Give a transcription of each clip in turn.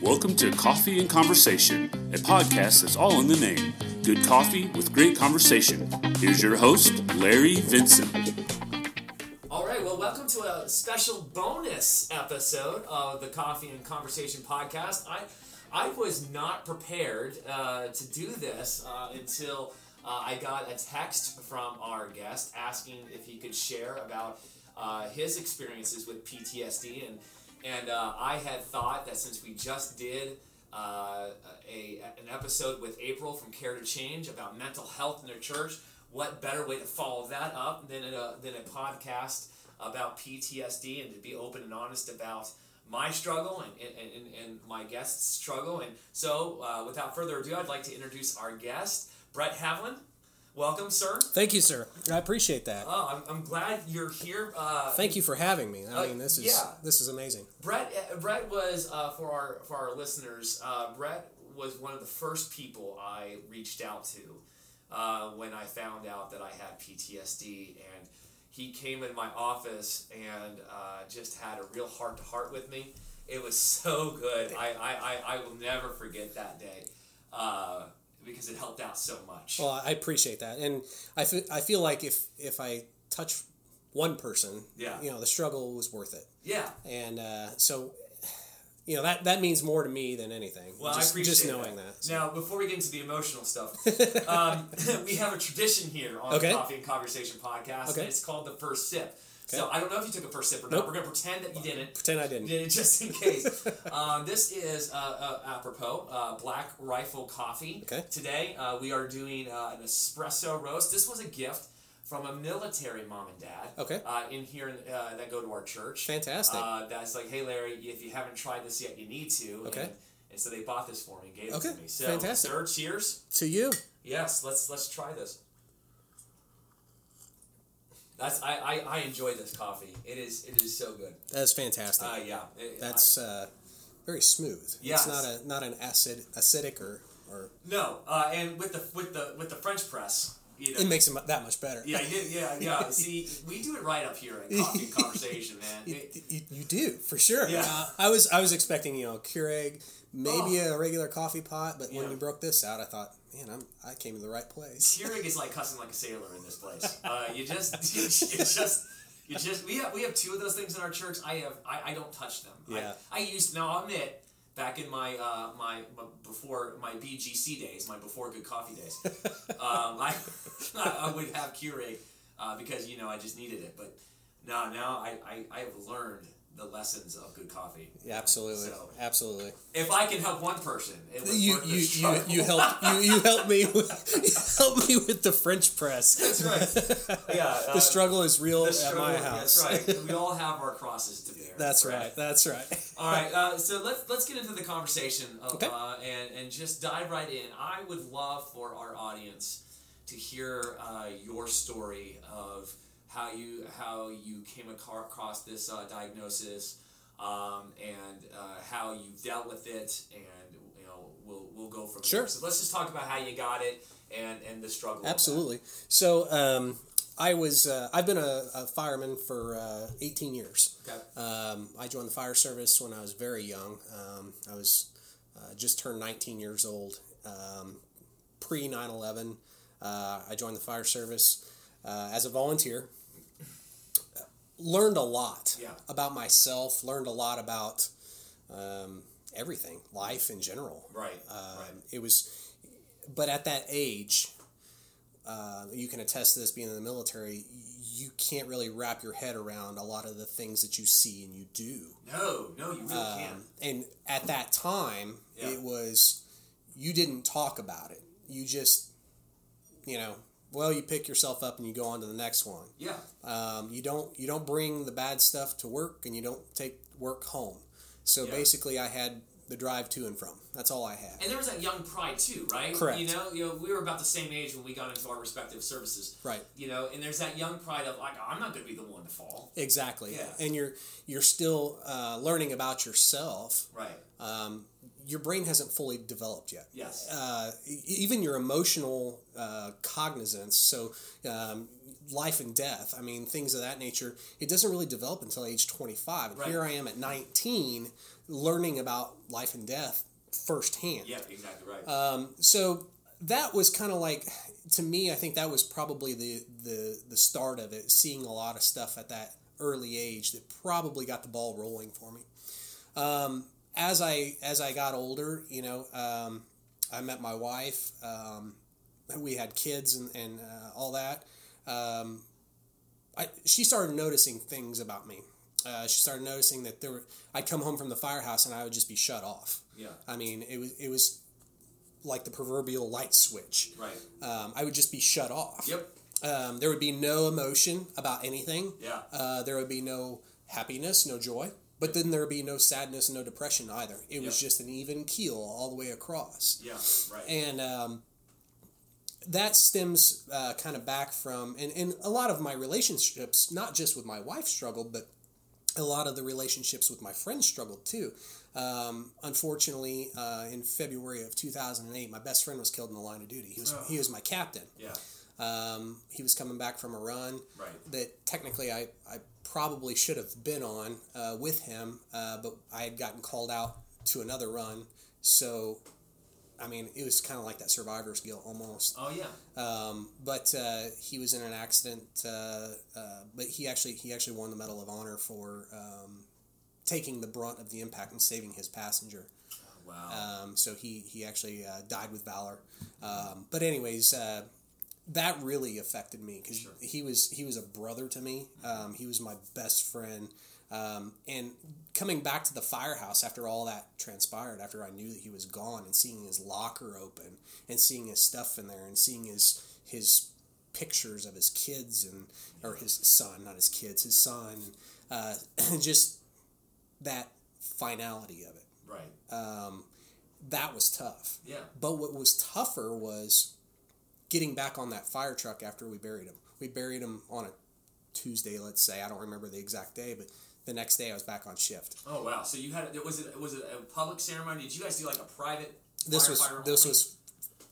Welcome to Coffee and Conversation, a podcast that's all in the name. Good coffee with great conversation. Here's your host, Larry Vincent. All right, well, welcome to a special bonus episode of the Coffee and Conversation podcast. I, I was not prepared uh, to do this uh, until uh, I got a text from our guest asking if he could share about uh, his experiences with PTSD, and and uh, I had thought that since we just did uh, a, an episode with April from Care to Change about mental health in their church. What better way to follow that up than a, than a podcast about PTSD and to be open and honest about my struggle and, and, and, and my guest's struggle? And so, uh, without further ado, I'd like to introduce our guest, Brett Havlin. Welcome, sir. Thank you, sir. I appreciate that. Oh, I'm, I'm glad you're here. Uh, Thank you for having me. I Uh, mean, this is yeah. this is amazing. Brett uh, Brett was uh, for our for our listeners. Uh, Brett was one of the first people I reached out to uh, when I found out that I had PTSD, and he came in my office and uh, just had a real heart to heart with me. It was so good. I, I, I, I will never forget that day uh, because it helped out so much. Well, I appreciate that, and I fe- I feel like if if I touch one person, Yeah. you know, the struggle was worth it, yeah. and uh, so you know that that means more to me than anything. Well, just, I appreciate just knowing that. So- Now, before we get into the emotional stuff, um, we have a tradition here on Okay. the Coffee and Conversation podcast, Okay. and it's called the first sip. So Okay. I don't know if you took a first sip or not. Nope. We're going to pretend that you didn't. Pretend I didn't. Yeah, just in case. um, this is uh, uh, apropos uh, Black Rifle Coffee. Okay. Today uh, we are doing uh, an espresso roast. This was a gift from a military mom and dad. Okay. Uh, in here in, uh, that go to our church. Fantastic. Uh, that's like, hey Larry, if you haven't tried this yet, you need to. Okay. And, and so they bought this for me, and gave it Okay, to me. So, fantastic. Sir, cheers. to you, Yes, let's let's try this. That's I, I, I enjoy this coffee. It is it is so good. that's fantastic. Uh, yeah. It- that's uh, very smooth. Yes. It's not a not an acid acidic or or No, uh, and with the with the with the French press, you know. it makes it mu- that much better. yeah, yeah, yeah, yeah. See, we do it right up here in coffee conversation, man. You, It- you, you do for sure. Yeah. Uh, I was I was expecting you know Keurig, maybe a regular coffee pot, but Oh. Yeah. when you broke this out, I thought, man, I'm I came to the right place. Keurig is like cussing like a sailor in this place. Uh, you just, you just, you just. We have we have two of those things in our church. I have I, I don't touch them. Yeah. I, I used now. I'll admit back in my uh, my, my before my BGC days, my before good coffee days, um, I I would have Keurig uh, because you know I just needed it. But no, now I I, I have learned the lessons of good coffee. Yeah, absolutely, So absolutely. if I can help one person, it was You worth the you, you struggle. you helped you, you helped me with, you helped me with the French press. That's right. Yeah. uh, The struggle is real The at struggle, my house. That's right. We all have our crosses to bear. That's right. That's right. All right. Uh, so let's let's get into the conversation uh, Okay. uh, and and just dive right in. I would love for our audience to hear uh, your story of how you how you came acar- across this uh, diagnosis um, and uh, how you dealt with it and you know we'll we'll go from there. Sure. So let's just talk about how you got it and and the struggle. with that. Absolutely. So um, I was uh, I've been a, a fireman for uh, 18 years. Okay. Um, I joined the fire service when I was very young. Um, I was uh, just turned 19 years old, um, pre 9 11. Uh, I joined the fire service uh, as a volunteer. Learned a lot Yeah. about myself, learned a lot about um, everything, life in general. Right. Um, right. It was, but at that age, uh, you can attest to this being in the military, you can't really wrap your head around a lot of the things that you see and you do. No, no, you really can't. Um, and at that time, Yeah. it was you didn't talk about it. You just, you know, well, you pick yourself up and you go on to the next one. Yeah. Um, you don't you don't bring the bad stuff to work and you don't take work home. So Yeah. basically, I had the drive to and from. That's all I had. And there was that young pride too, right? Correct. You know, you know, we were about the same age when we got into our respective services. Right. You know, and there's that young pride of like, I'm not going to be the one to fall. Exactly. Yeah. And you're you're still uh, learning about yourself. Right. Um, your brain hasn't fully developed yet. Yes. Uh, e- even your emotional uh, cognizance. So uh, um, life and death. I mean, things of that nature. It doesn't really develop until age 25. And Right. Here I am at 19 learning about life and death firsthand. Yeah, exactly right. uh, So that was kind of like to me I think that was probably the the the start of it seeing a lot of stuff at that early age that probably got the ball rolling for me. Um, as I as I got older, you know, um, I met my wife. Um, we had kids and, and uh, all that. Um, I, she started noticing things about me. Uh, she started noticing that there were. I'd come home from the firehouse and I would just be shut off. Yeah. I mean, it was it was like the proverbial light switch. right. Um, I would just be shut off. Yep. Um, there would be no emotion about anything. Yeah. Uh, there would be no happiness, no joy, but then there would be no sadness, no depression either. It was Yeah. just an even keel all the way across Yeah. Right. and um, that stems uh, kind of back from and, and a lot of my relationships not just with my wife struggled but a lot of the relationships with my friends struggled too um, unfortunately uh, in february of 2008 my best friend was killed in the line of duty he was, he was my captain yeah. um, he was coming back from a run Right. that technically I, I probably should have been on uh, with him, uh, but I had gotten called out to another run. So, I mean, it was kind of like that survivor's guilt almost. Oh yeah. Um, but uh, he was in an accident. Uh, uh, but he actually he actually won the Medal of Honor for um, taking the brunt of the impact and saving his passenger. Wow. Um, so he he actually uh, died with valor. Um, but anyways, uh, that really affected me because he was he was a brother to me. Um, he was my best friend. Um, and coming back to the firehouse after all that transpired, after I knew that he was gone, and seeing his locker open, and seeing his stuff in there, and seeing his his pictures of his kids and or his son, not his kids, his son, uh, just that finality of it right. that was tough. Yeah. But what was tougher was getting back on that fire truck after we buried him. We buried him on a Tuesday, let's say. I don't remember the exact day, but the next day I was back on shift. Oh wow. So you had was it was it a public ceremony? Did you guys do like a private? This was firefighter this only? was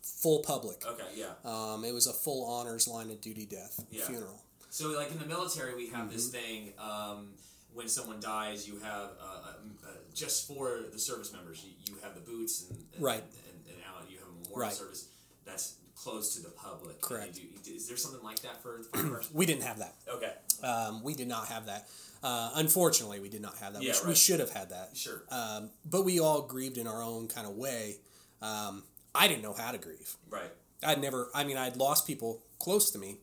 full public. Okay. Yeah. Um, it was a full honors line of duty death Yeah. funeral. So, like in the military, we have Mm-hmm. this thing um, when someone dies, you have uh, um, uh, just for the service members, you, you have the boots and, and Right. and, and out. You have a memorial Right. service that's closed to the public. and Correct. you do- is there something like that for the firefighters? We didn't have that. okay, Um, we did not have that. Uh, unfortunately, we did not have that. Yeah, which We right. should have had that. sure. Um, but we all grieved in our own kind of way. Um, I didn't know how to grieve. right, I'd never, I mean, I'd lost people close to me,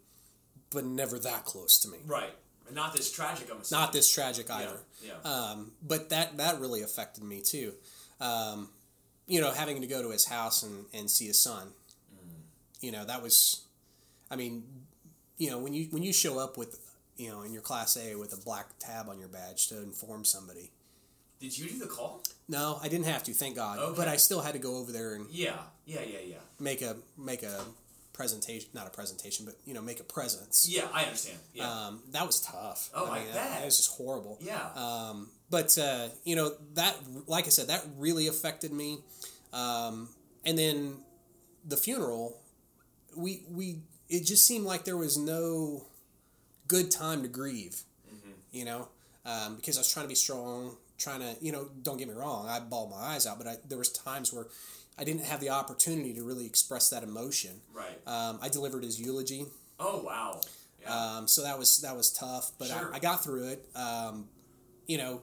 but never that close to me. right. Not this tragic. I'm assuming. Not this tragic Yeah. either. Yeah. Um, but that, that really affected me too. Um, you know, having to go to his house and, and see his son, Mm. you know, that was, I mean, you know, when you, when you show up with, you know, in your class A with a black tab on your badge to inform somebody. Did you do the call? No, I didn't have to, thank God. But Okay. I still had to go over there and Yeah. Yeah. Yeah. Yeah. make a, make a presentation, not a presentation, but, you know, make a presence. Yeah. I understand. Yeah. Um, that was tough. Oh, I that- bet. That was just horrible. yeah. Um, but uh, you know that, like I said, that really affected me. Um, and then the funeral, we we it just seemed like there was no good time to grieve. Mm-hmm. You know, um, because I was trying to be strong, trying to you know. Don't get me wrong, I bawled my eyes out, but I, there was times where I didn't have the opportunity to really express that emotion. right. Um, I delivered his eulogy. oh wow. Yeah. Um, so that was that was tough, but Sure. I, I got through it. Um, you know,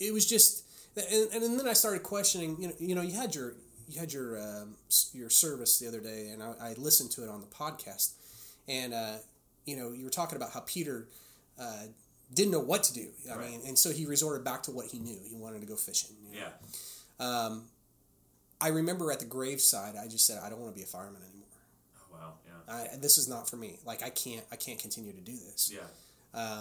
it was just, and, and then I started questioning. You know, you know, you had your you had your um, s- your service the other day, and I, I listened to it on the podcast, and uh, you know, you were talking about how Peter uh, didn't know what to do. I Right. mean, and so he resorted back to what he knew. He wanted to go fishing. you know. yeah. I remember at the graveside, I just said, I don't want to be a fireman anymore. Oh, wow. Yeah. I, this is not for me. Like I can't I can't continue to do this. Yeah.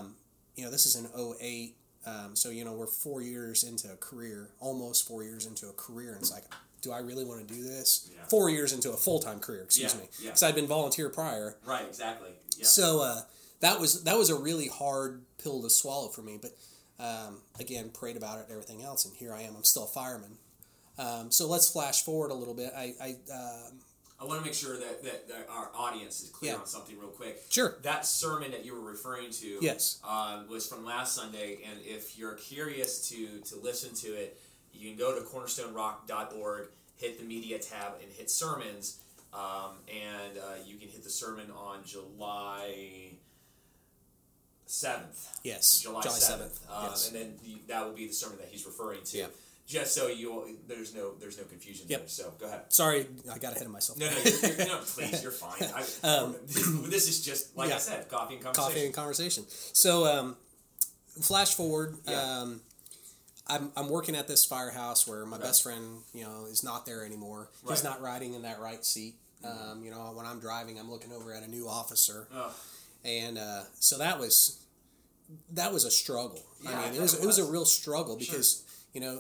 you know, this is an 08. Um, so, you know, we're four years into a career, almost four years into a career. And it's like, do I really want to do this? Yeah. Four years into a full time career, excuse Yeah, me. yeah. So I'd been volunteer prior. Right. Exactly. Yeah. So uh, that was that was a really hard pill to swallow for me. But um, again, prayed about it and everything else. And here I am. I'm still a fireman. Um, so let's flash forward a little bit. I, I um I want to make sure that, that, that our audience is clear Yeah. on something real quick. Sure. That sermon that you were referring to Yes. uh, was from last Sunday, and if you're curious to, to listen to it, you can go to cornerstonerock.org, hit the media tab, and hit sermons, um, and uh, you can hit the sermon on July 7th. Yes. July seventh, um, yes. and then the, that will be the sermon that he's referring to. Yeah. Just so you, there's no, there's no confusion Yep. there. So go ahead. Sorry, I got ahead of myself. No, no, you're, you're, no, please, you're fine. I, this is just like I Um, yeah. said, coffee and conversation. coffee and conversation. So, um, flash forward. Yeah. Um, I'm, I'm working at this firehouse where my best friend, you know, is not there anymore. Right. Mm-hmm. He's not riding in that right seat. Um, you know, when I'm driving, I'm looking over at a new officer, Ugh. and uh, so that was that was a struggle. Yeah, I I mean, bet it was it it was a was. real struggle because you know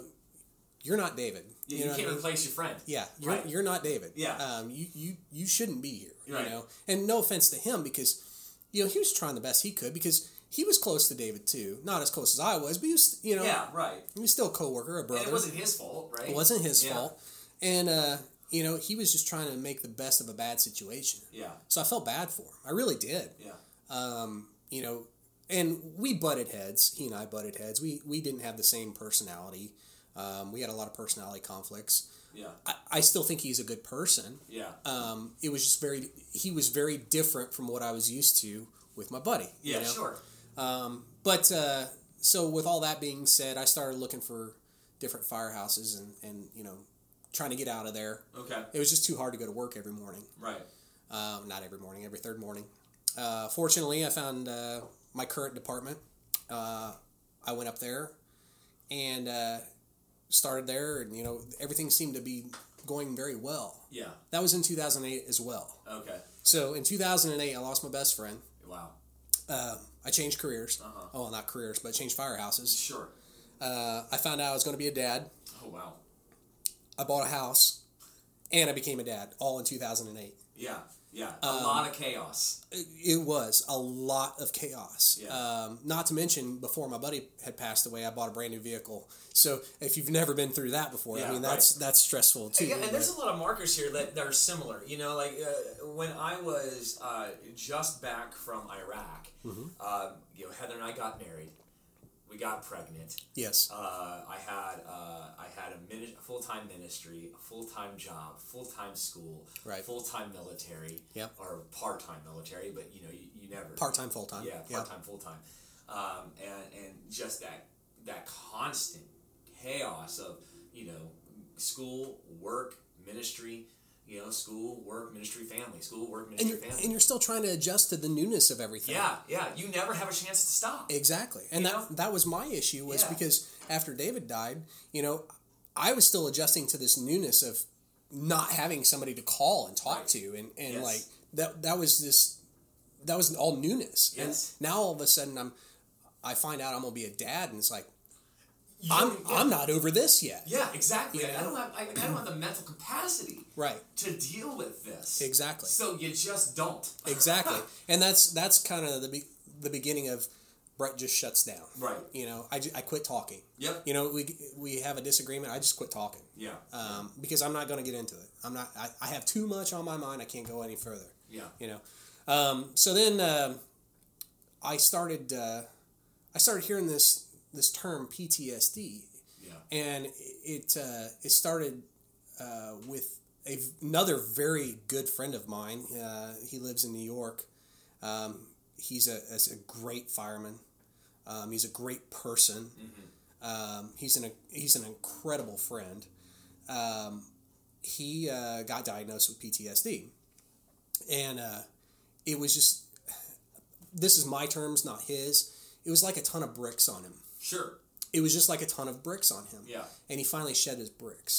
you're not David. Yeah, know you, what I can't mean? replace your friend. Yeah, you're, Right. you're not David. Yeah. Um, you, you you shouldn't be here. Right. You know, and no offense to him because, you know, he was trying the best he could because he was close to David too. Not as close as I was, but he was, you know, Yeah, right. he was still a coworker, a brother. And it wasn't his fault, right? It wasn't his Yeah. fault, and uh, you know, he was just trying to make the best of a bad situation. Yeah, So I felt bad for him. I really did. yeah, You know, and we butted heads. He and I butted heads. We we didn't have the same personality. Um, we had a lot of personality conflicts. yeah, I, I still think he's a good person yeah. um, it was just very he was very different from what I was used to with my buddy. you yeah, know? sure. But uh, so with all that being said, I started looking for different firehouses and and you know trying to get out of there. Okay, It was just too hard to go to work every morning. right. Um, not every morning, every third morning. Uh, fortunately, I found uh, my current department. Uh, I went up there and uh, started there, and you know everything seemed to be going very well. Yeah, That was in 2008 as well. okay. So in 2008, I lost my best friend. Wow. I changed careers. Oh, Uh-huh. well, not careers, but changed firehouses. Sure. Uh, I found out I was going to be a dad. Oh, wow. I bought a house, and I became a dad. All in 2008. Yeah, yeah. A Um, lot of chaos. It, it was a lot of chaos. Yeah. Um, not to mention, before my buddy had passed away, I bought a brand new vehicle. So if you've never been through that before, Yeah, I mean that's that's stressful too. Yeah, and there's a lot of markers here that, that are similar. You know, like uh, when I was uh, just back from Iraq, um, you know, Heather and I got married. We got pregnant. yes. Uh, I had uh, I had a, mini- a full time ministry, a full time job, full time school, Right. full time military, Yep. or part time military, but you know you, you never Part-time, full-time. yeah, Yeah. part time full time, um, and and just that that constant chaos of you know school work ministry, you know school work ministry family school work and ministry you're family and you're still trying to adjust to the newness of everything. yeah yeah you never have a chance to stop Exactly. And You that know? that was my issue was Yeah. because after David died, you know, I was still adjusting to this newness of not having somebody to call and talk Right. to and, and Yes. like that that was this that was all newness. Yes. And now all of a sudden I'm I find out I'm gonna be a dad and it's like You- I'm yeah. I'm not over this yet. Yeah, exactly. You know? I don't have I, I don't have the mental capacity Right. to deal with this. Exactly. So you just don't. Exactly. and that's that's kind of the be- the beginning of Brett just shuts down. Right. You know, I, ju- I quit talking. Yep. You know, we we have a disagreement. I just quit talking. Yeah. um, because I'm not going to get into it. I'm not. I, I have too much on my mind. I can't go any further. Yeah. You know. Um, so then um I started. Uh, I started hearing this this term PTSD, Yeah. and it uh, it started uh, with a, another very good friend of mine. Uh, he lives in New York. Um, he's a, is a great fireman. Um, he's a great person. Um, he's an he's an incredible friend. Um, he uh, got diagnosed with PTSD, and uh, it was just this is my terms, not his. It was like a ton of bricks on him. Sure. It was just like a ton of bricks on him Yeah. and he finally shed his bricks.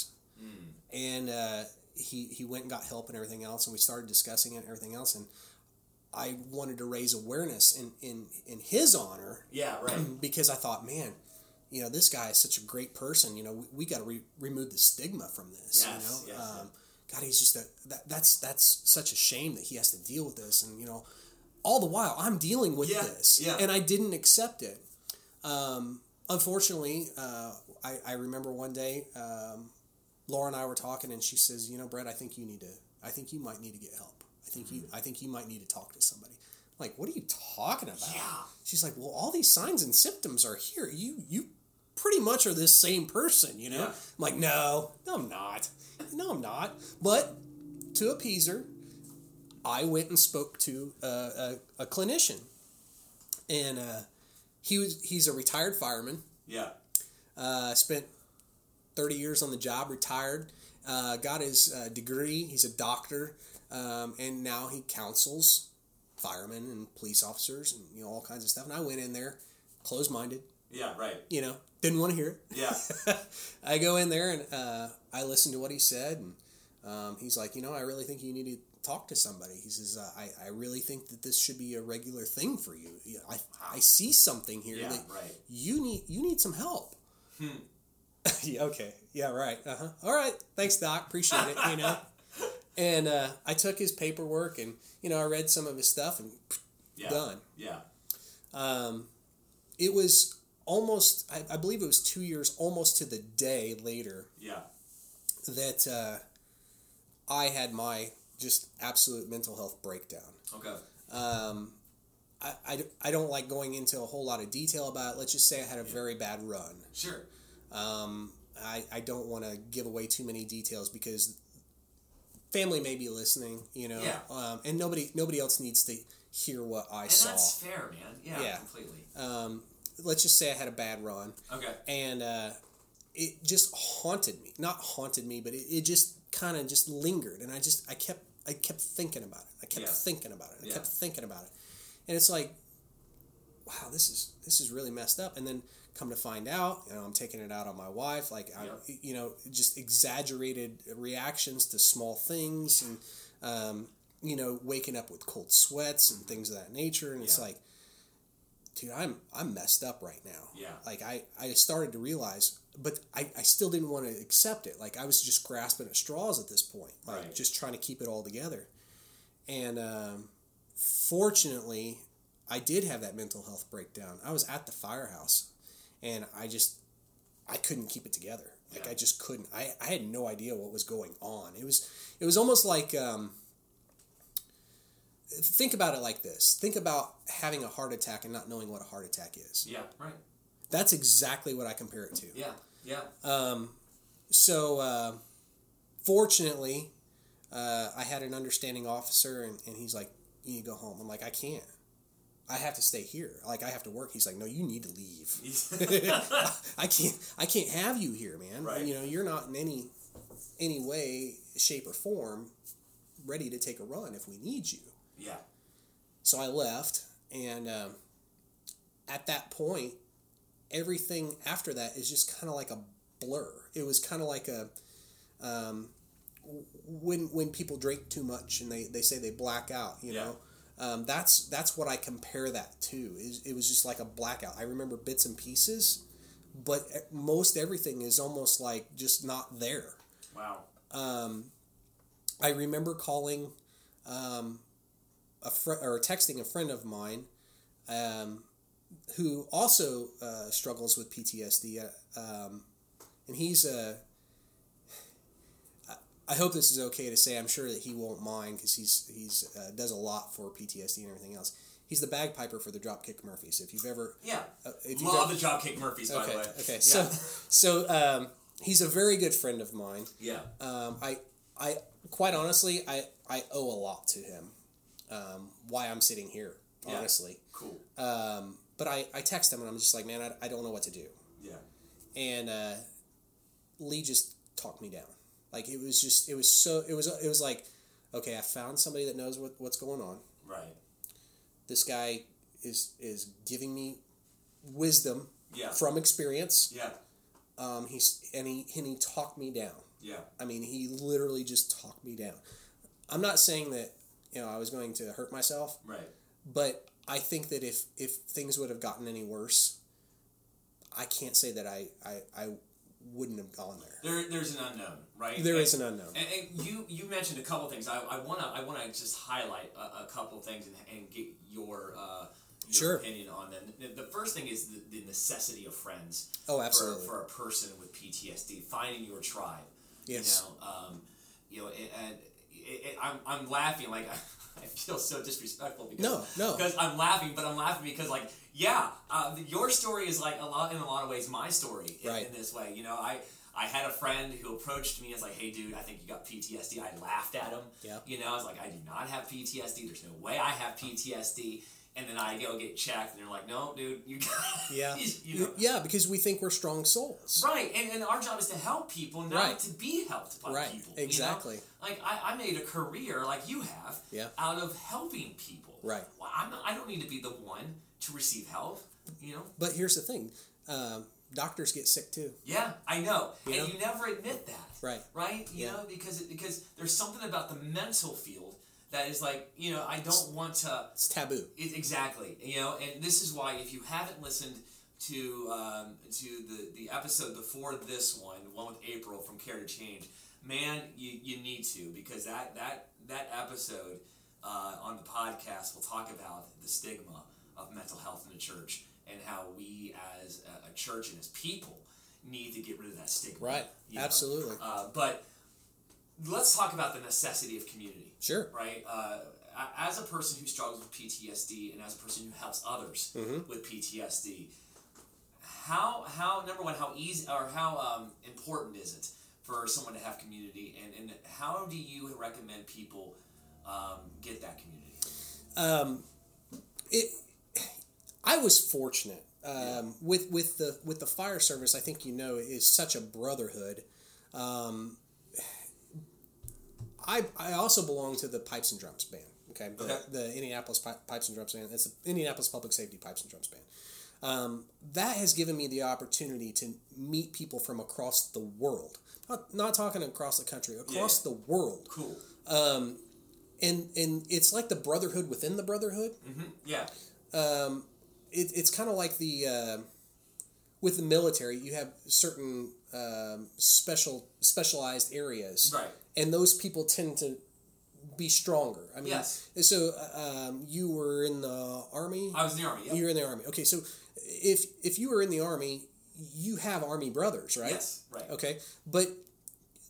And uh, he he went and got help and everything else, and we started discussing it and everything else. And I wanted to raise awareness in in in his honor Yeah. Right. because I thought, man, you know, this guy is such a great person. You know, we, we got to re- remove the stigma from this. Yes, you know, yes, um, God, he's just a that, that's that's such a shame that he has to deal with this, and you know, all the while I'm dealing with Yeah, this, yeah. and I didn't accept it. Um, unfortunately, uh, I I remember one day, um, Laura and I were talking, and she says, you know, Brett, I think you need to. I think you might need to get help. I think you Mm-hmm. I think you might need to talk to somebody. I'm like, what are you talking about? Yeah. She's like, well, all these signs and symptoms are here. You you pretty much are this same person, you know? Yeah. I'm like, no, no, I'm not. No, I'm not. But to appease her, I went and spoke to a, a, a clinician, and uh, he was he's a retired fireman. Yeah. Uh, spent thirty years on the job, retired. Uh, got his uh, degree. He's a doctor, um, and now he counsels firemen and police officers and you know all kinds of stuff. And I went in there, closed minded. Yeah. Right. You know, didn't want to hear it. Yeah. I go in there and uh, I listen to what he said, and um, he's like, you know, I really think you need to talk to somebody. He says, uh, I, I really think that this should be a regular thing for you. You- I, I see something here Yeah. that Right. you need you need some help. yeah, okay. Yeah, right. Uh huh. All right. Thanks, Doc. Appreciate it. You know. and uh, I took his paperwork and you know I read some of his stuff and Yeah. Done. Um, Yeah. it was almost I, I believe it was two years almost to the day later Yeah. that uh, I had my just absolute mental health breakdown. Okay. I, I, I don't like going into a whole lot of detail about it. Let's just say I had a very bad run. Sure. Um, I, I don't want to give away too many details because family may be listening, you know, Yeah. um, and nobody nobody else needs to hear what I And saw. that's fair, man. Yeah, Yeah. Completely. Let's just say I had a bad run. Okay. and uh, it just haunted me not haunted me but it, it just kind of just lingered and i just i kept i kept thinking about it i kept Yeah. thinking about it i Yeah. kept thinking about it and it's like wow this is this is really messed up and then come to find out you know i'm taking it out on my wife like i Yeah. you know just exaggerated reactions to small things and um, you know waking up with cold sweats and things of that nature and it's Yeah. like dude i'm i'm messed up right now Yeah. like I, I started to realize but I, I still didn't want to accept it like i was just grasping at straws at this point like Right. just trying to keep it all together and um, fortunately i did have that mental health breakdown i was at the firehouse and i just i couldn't keep it together like Yeah. i just couldn't I, I had no idea what was going on it was it was almost like um, think about it like this think about having a heart attack and not knowing what a heart attack is Yeah. Right. that's exactly what I compare it to. Yeah. Yeah. Uh, So, uh, fortunately, uh, I had an understanding officer, and, and he's like, You need to go home. I'm like, I can't. I have to stay here. Like, I have to work. He's like, No, you need to leave. I can't. I can't have you here, man. Right. You know, you're not in any any way, shape, or form ready to take a run if we need you. yeah. So I left, and um, at that point, everything after that is just kind of like a blur. It was kind of like a um, w- when when people drink too much and they, they say they black out. You Yeah. know, um, that's that's what I compare that to. Is it was just like a blackout. I remember bits and pieces, but e- most everything is almost like just not there. Wow. I remember calling um, a friend or texting a friend of mine um, who also uh, struggles with PTSD, uh, um, and he's Uh, I- I hope this is okay to say. I'm sure that he won't mind because he's he's uh, does a lot for PTSD and everything else. He's the bagpiper for the Dropkick Murphys. If you've ever Yeah. uh, if you've Love ever- the Dropkick Murphys, by okay the way. okay Yeah. so so um, he's a very good friend of mine Yeah. um, I, I quite honestly, I, I owe a lot to him. Um, why I'm sitting here, Yeah. honestly. Cool. Um, but I, I text him and I'm just like, man, I, I don't know what to do. Yeah. And uh, Lee just talked me down. Like it was just, it was so, it was, it was like, okay, I found somebody that knows what, what's going on. Right. This guy is is giving me wisdom Yeah. from experience. Yeah. Um, he's and he and he talked me down. Yeah. I mean, he literally just talked me down. I'm not saying that you know I was going to hurt myself, Right. but I think that if if things would have gotten any worse, I can't say that I I, I wouldn't have gone there. There, there's an unknown, right? There and, is an unknown. And, and you, you mentioned a couple things. I, I wanna, I wanna just highlight a, a couple things and, and get your, uh, your Sure. opinion on them. The- The first thing is the, the necessity of friends. Oh, for- absolutely. For, a person with PTSD, finding your tribe. Yes. You know, um, you know, and, and it, it, I'm, I'm laughing like I feel so disrespectful because No, no. because I'm laughing, but I'm laughing because like yeah, uh, your story is like a lot in a lot of ways my story in, Right. in this way. You know, I I had a friend who approached me as like, hey dude, I think you got PTSD. I laughed at him. Yep. You know, I was like, I do not have PTSD. There's no way I have PTSD. And then I go get checked, and they're like, no, dude, you got Yeah. you know. Yeah, because we think we're strong souls. Right, and, and our job is to help people, not Right. to be helped by Right, people. exactly. You know? Like I, I made a career, like you have, Yeah. out of helping people. Right. Well, I'm not, I don't need to be the one to receive help. You know. But here's the thing um, doctors get sick too. Yeah, I know, You and know? you never admit that. Right. Right. You Yeah. know because it, because there's something about the mental field that is like you know I don't want to. It's taboo. It, exactly. You know, and this is why if you haven't listened to um, to the the episode before this one, the one with April from Care to Change, man, you, you need to because that that that episode uh, on the podcast will talk about the stigma of mental health in the church and how we as a, a church and as people need to get rid of that stigma. Right. you know. Absolutely. Uh, but let's talk about the necessity of community Sure. right? Uh, a- as a person who struggles with PTSD and as a person who helps others Mm-hmm. with PTSD, how how number one how easy or how um, important is it for someone to have community, and and how do you recommend people um, get that community? it I was fortunate um, with with the with the fire service. I think you know is such a brotherhood. Um, I I also belong to the Pipes and Drums band. Okay, the, Okay. the Indianapolis Pi- Pipes and Drums band. It's the Indianapolis Public Safety Pipes and Drums band. Um, that has given me the opportunity to meet people from across the world. Not, not talking across the country, across the world, Cool. and and it's like the brotherhood within the brotherhood. Yeah. it, it's kind of like the uh, with the military you have certain um, special specialized areas Right. and those people tend to be stronger i mean Yes. so uh, um, you were in the army I was in the army. Yep. you were in the army okay so if if you were in the army you have army brothers right Yes. Right. okay but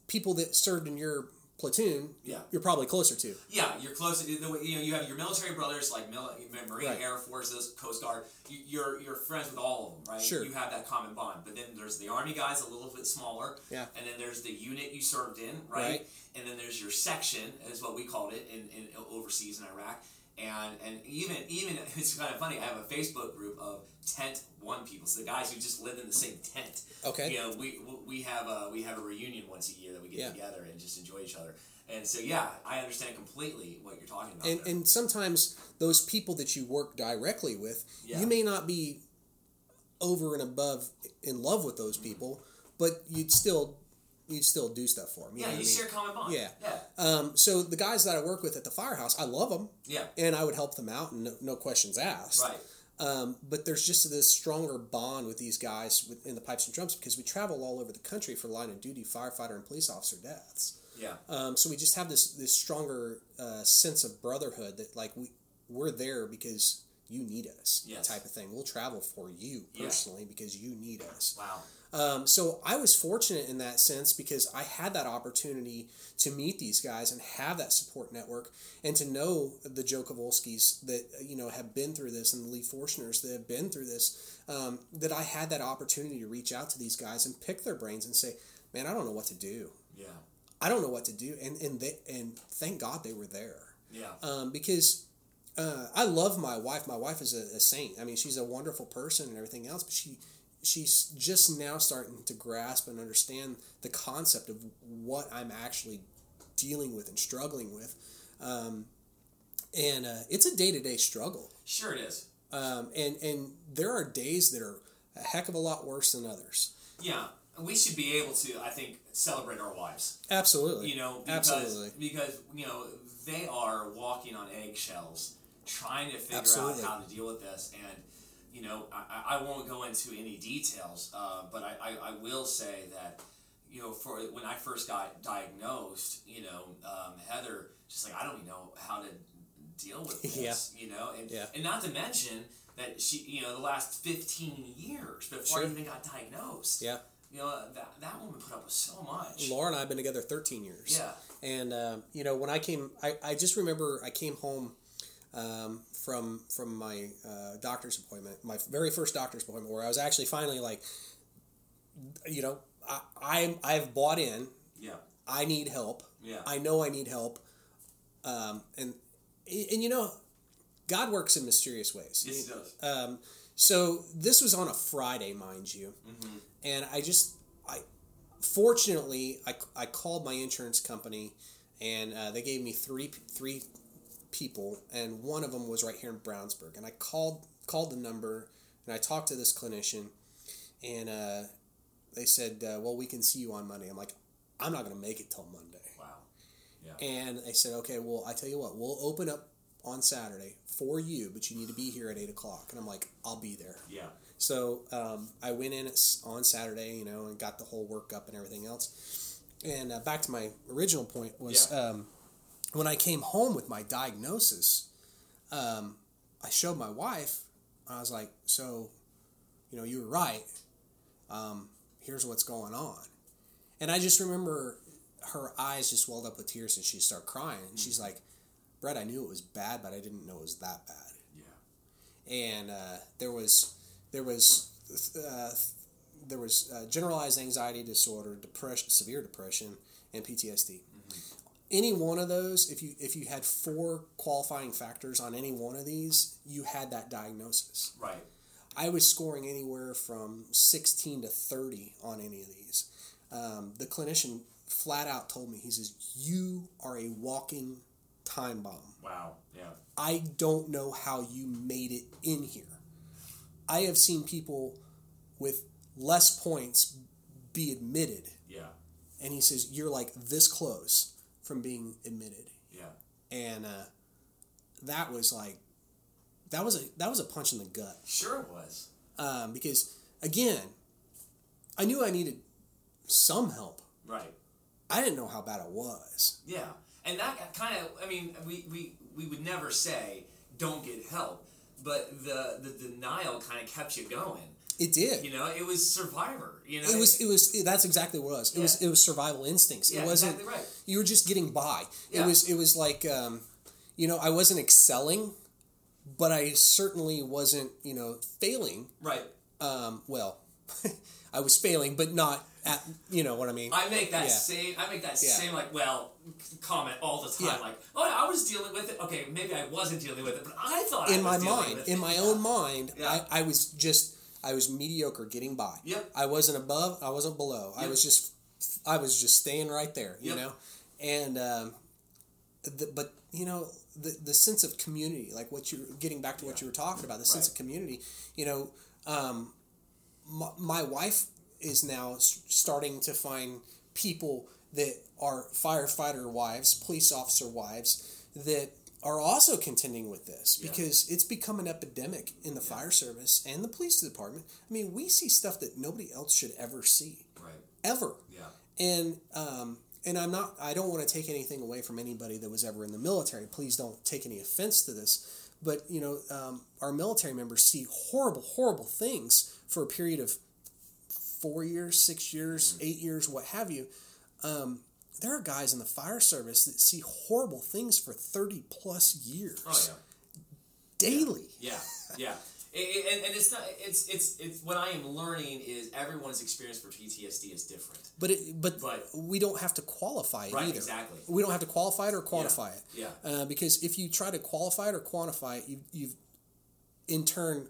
people that served in your platoon Yeah. you're probably closer to Yeah, you're close. To, the way- you know, you have your military brothers like mil- Marine, Right. Air Force, those Coast Guard. You, you're you're friends with all of them, right? Sure. You have that common bond. But then there's the Army guys, a little bit smaller. Yeah. And then there's the unit you served in, right? Right. And then there's your section, is what we called it in, in overseas in Iraq. And and even even it's kind of funny. I have a Facebook group of tent one people, so the guys who just live in the same tent. Okay. You know, we we have a we have a reunion once a year that we get Yeah. together and just enjoy each other. And so yeah, I understand completely what you're talking about. and there. and sometimes those people that you work directly with Yeah. you may not be over and above in love with Mm-hmm. those people but you'd still you'd still do stuff for them yeah, you share common bond. Yeah. Yeah. um, so the guys that i work with at the firehouse i love them Yeah. and i would help them out and no, no questions asked Right. um, but there's just this stronger bond with these guys with- in the pipes and drums because we travel all over the country for line of duty firefighter and police officer deaths Yeah. um, so we just have this this stronger uh, sense of brotherhood that like we we're there because you need us Yes. type of thing. We'll travel for you Yeah. personally because you need us. Wow. Um, so I was fortunate in that sense because I had that opportunity to meet these guys and have that support network and to know the Joe Kowalskis that uh, you know have been through this and the Lee Fortuners that have been through this. Um, that I had that opportunity to reach out to these guys and pick their brains and say, "Man, I don't know what to do. Yeah. I don't know what to do, and and they, and thank God they were there Yeah. um, because uh, I love my wife. My wife is a, a saint. I mean, she's a wonderful person and everything else, but she she's just now starting to grasp and understand the concept of what I'm actually dealing with and struggling with, um, and uh, it's a day to day struggle. Sure it is. Um, and and there are days that are a heck of a lot worse than others. Yeah. We should be able to, I think, celebrate our wives. Absolutely. You know, because Absolutely. because you know they are walking on eggshells, trying to figure Absolutely. out how to deal with this. And you know, I, I I won't go into any details, uh, but I, I, I will say that you know, for when I first got diagnosed, you know, um, Heather just like I don't even know how to deal with Yeah. this. You know, and Yeah. and not to mention that she, you know, the last fifteen years before Sure. I even got diagnosed Yeah. You know, that, that woman put up with so much. Laura and I have been together 13 years. Yeah. And, uh, you know, when I came, I, I just remember I came home um, from from my uh, doctor's appointment, my very first doctor's appointment, where I was actually finally like, you know, I, I'm, I've bought in, Yeah. I need help. Yeah. I know I need help. Um, and, and, you know, God works in mysterious ways. Yes, he does. Um, so this was on a Friday, mind you, Mm-hmm. and I just I fortunately I, I called my insurance company, and uh, they gave me three three people, and one of them was right here in Brownsburg, and I called called the number, and I talked to this clinician, and uh, they said, uh, "Well, we can see you on Monday." I'm like, "I'm not gonna make it till Monday." wow. And they said, okay, well, I tell you what, we'll open up on Saturday for you, but you need to be here at eight o'clock. And I'm like, I'll be there. Yeah. So um, I went in at s- on Saturday, you know, and got the whole workup and everything else. And uh, back to my original point was Yeah. um, when I came home with my diagnosis, um, I showed my wife. I was like, so, you know, you were right. Um, here's what's going on. And I just remember her eyes just welled up with tears and she started crying. She's like, Brett, I knew it was bad, but I didn't know it was that bad Yeah. and uh, there was there was uh, there was uh, generalized anxiety disorder, depression, severe depression, and PTSD. Any one of those, if you if you had four qualifying factors on any one of these, you had that diagnosis. Right. I was scoring anywhere from 16 to 30 on any of these. Um, the clinician flat out told me, he says, You are a walking time bomb. Wow. Yeah. I don't know how you made it in here. I have seen people with less points be admitted. Yeah. And he says, You're like this close from being admitted. Yeah. And uh, that was like, that was a that was a punch in the gut Sure it was. um, because again, I knew I needed some help. Right. I didn't know how bad it was. Yeah, and that kind of, I mean, we, we, we would never say don't get help, but the, the denial kind of kept you going. It did. You know, it was Survivor. You know, It was. It was. That's exactly what it was. It was. Yeah. It was survival instincts. Yeah, it wasn't. exactly right. You were just getting by. Yeah. It was. It was like, um, you know, I wasn't excelling, but I certainly wasn't, you know, failing. right. Um, well, I was failing, but not at. You know what I mean? I make that Yeah. same. I make that Yeah. same like well c- comment all the time. Yeah. Like, oh, yeah, I was dealing with it. Okay, maybe I wasn't dealing with it, but I thought I in my was dealing mind, with in it. my own mind, Yeah. I, I was just I was mediocre, getting by. Yep. I wasn't above. I wasn't below. I Yep. was just I was just staying right there. You Yep. know, and um, the, but you know the the sense of community, like what you're getting back to what you were talking about, the sense Right. of community. You know, um, my, my wife is now s- starting to find people that are firefighter wives, police officer wives that are also contending with this because it's become an epidemic in the fire service and the police department. I mean, we see stuff that nobody else should ever see, Right. ever. Yeah. And um, and I'm not. I don't want to take anything away from anybody that was ever in the military. Please don't take any offense to this. But you know, um, our military members see horrible, horrible things for a period of four years, six years, Mm-hmm. eight years, what have you. Um, there are guys in the fire service that see horrible things for thirty plus years Oh yeah. daily. Yeah, yeah. It- it- and, and it's not. It's it's it's what I am learning is everyone's experience for PTSD is different. But it, but Right. we don't have to qualify it Right, either. exactly. We don't have to qualify it or quantify it. yeah. Uh, because if you try to qualify it or quantify it, you, you've in turn